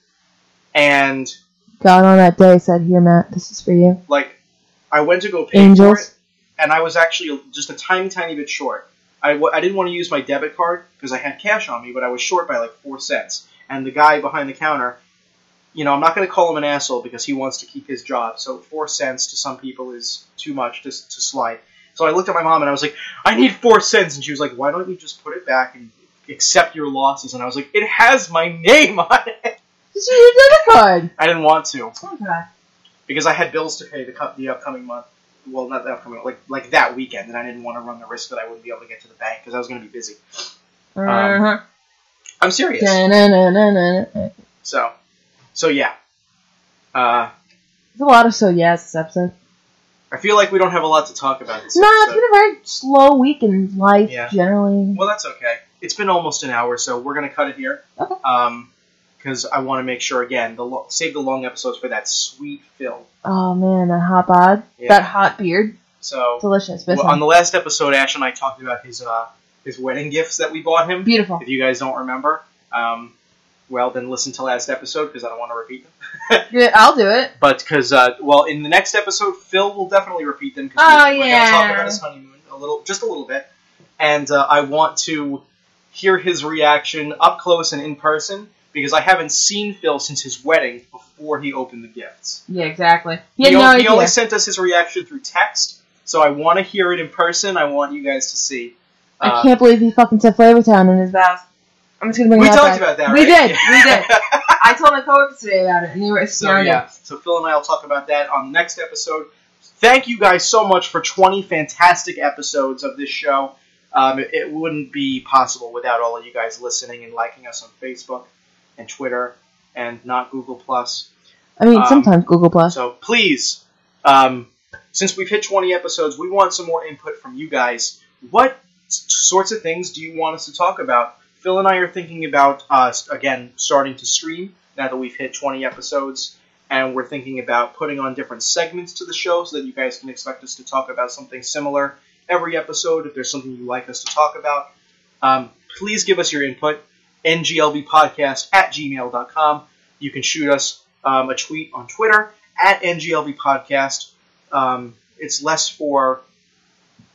A: and
B: God on that day said, "Here, Matt, this is for you."
A: like I went to go pay for it,
B: Angels.
A: and I was actually just a tiny, tiny bit short. I, w- I didn't want to use my debit card because I had cash on me, but I was short by like four cents. And the guy behind the counter, you know, I'm not going to call him an asshole because he wants to keep his job. So four cents to some people is too much to, s- to slide. So I looked at my mom and I was like, I need four cents. And she was like, why don't you just put it back and accept your losses? And I was like, it has my name on it. <laughs>
B: This is your debit card.
A: I didn't want to
B: Oh God.
A: Um, because I had bills to pay the, co- the upcoming month. Well, not the upcoming, like like that weekend, and I didn't want to run the risk that I wouldn't be able to get to the bank because I was going to be busy.
B: Uh-huh.
A: I'm serious.
B: Da-na-na-na-na.
A: So, so yeah. Uh,
B: There's a lot of so yes this episode.
A: I feel like we don't have a lot to talk about this.
B: No, it's
A: episode.
B: been a very slow week in life
A: Yeah.
B: generally.
A: Well, that's okay. It's been almost an hour, so we're gonna cut it here.
B: Okay.
A: Um, because I want to make sure again the lo- save the long episodes for that sweet fill.
B: Oh man, that hot bod,
A: Yeah.
B: that hot beard,
A: so
B: delicious. But
A: well, on the last episode, Ash and I talked about his uh his wedding gifts that we bought him.
B: beautiful.
A: If you guys don't remember, um, well, then listen to last episode because I don't want to repeat them.
B: Good, I'll do it.
A: But because, uh, well, in the next episode, Phil will definitely repeat them because
B: Oh,
A: we're
B: yeah.
A: going to talk about his honeymoon a little, just a little bit. And uh, I want to hear his reaction up close and in person because I haven't seen Phil since his wedding before he opened the gifts.
B: Yeah, exactly. He
A: He,
B: had no
A: on- he
B: idea.
A: only sent us his reaction through text, so I want to hear it in person. I want you guys to see.
B: I
A: uh,
B: can't believe he fucking said Flavor Town in his vows. I'm just gonna bring
A: we
B: it up.
A: talked
B: back.
A: about that.
B: We
A: right?
B: did,
A: Yeah. <laughs>
B: we did. I told my coworkers today about it, and they were
A: So
B: astounded.
A: yeah, so Phil and I will talk about that on the next episode. Thank you guys so much for 20 fantastic episodes of this show. Um, it, it wouldn't be possible without all of you guys listening and liking us on Facebook and Twitter and not Google Plus.
B: I mean,
A: Um,
B: sometimes Google Plus.
A: So please, um, since we've hit 20 episodes, we want some more input from you guys. What s- sorts of things do you want us to talk about? Phil and I are thinking about uh, s- again starting to stream now that we've hit 20 episodes, and we're thinking about putting on different segments to the show so that you guys can expect us to talk about something similar every episode. If there's something you like us to talk about, um, please give us your input. nglbpodcast at gmail.com. You can shoot us um, a tweet on Twitter at NGLB Podcast. Um, it's less for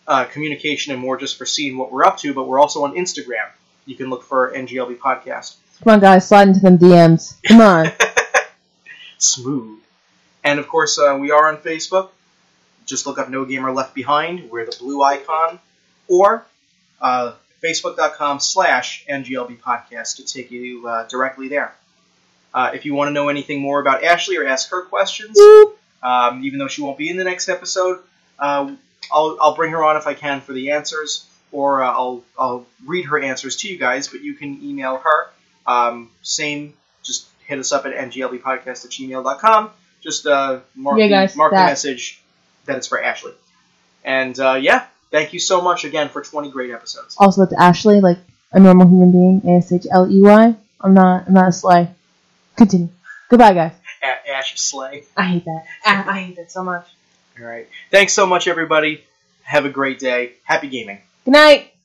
A: uh, communication and more just for seeing what we're up to, but we're also on Instagram. You can look for NGLB Podcast.
B: Come on, guys, slide into them DMs.
A: <laughs>
B: Come on.
A: Smooth. And of course, uh, we are on Facebook. Just look up No Gamer Left Behind. We're the blue icon. Or uh, facebook.com slash NGLB Podcast to take you uh, directly there. Uh, if you want to know anything more about Ashley or ask her questions, um, even though she won't be in the next episode. Uh, I'll, I'll bring her on if I can for the answers, or uh, I'll, I'll read her answers to you guys, but you can email her. Um, same, just hit us up at nglbpodcast at gmail.com. Just uh, mark,
B: Yeah,
A: the,
B: guys,
A: mark the
B: that.
A: message that it's for Ashley. And uh, yeah, thank you so much again for 20 great episodes.
B: also, it's Ashley, like a normal human being. A S H L E Y. I'm not. I'm not a sleigh. Continue. Goodbye, guys.
A: A- Ash Slay.
B: I hate that. Ah, I hate that so much.
A: All right. Thanks so much, everybody. Have a great day. Happy gaming.
B: Good night.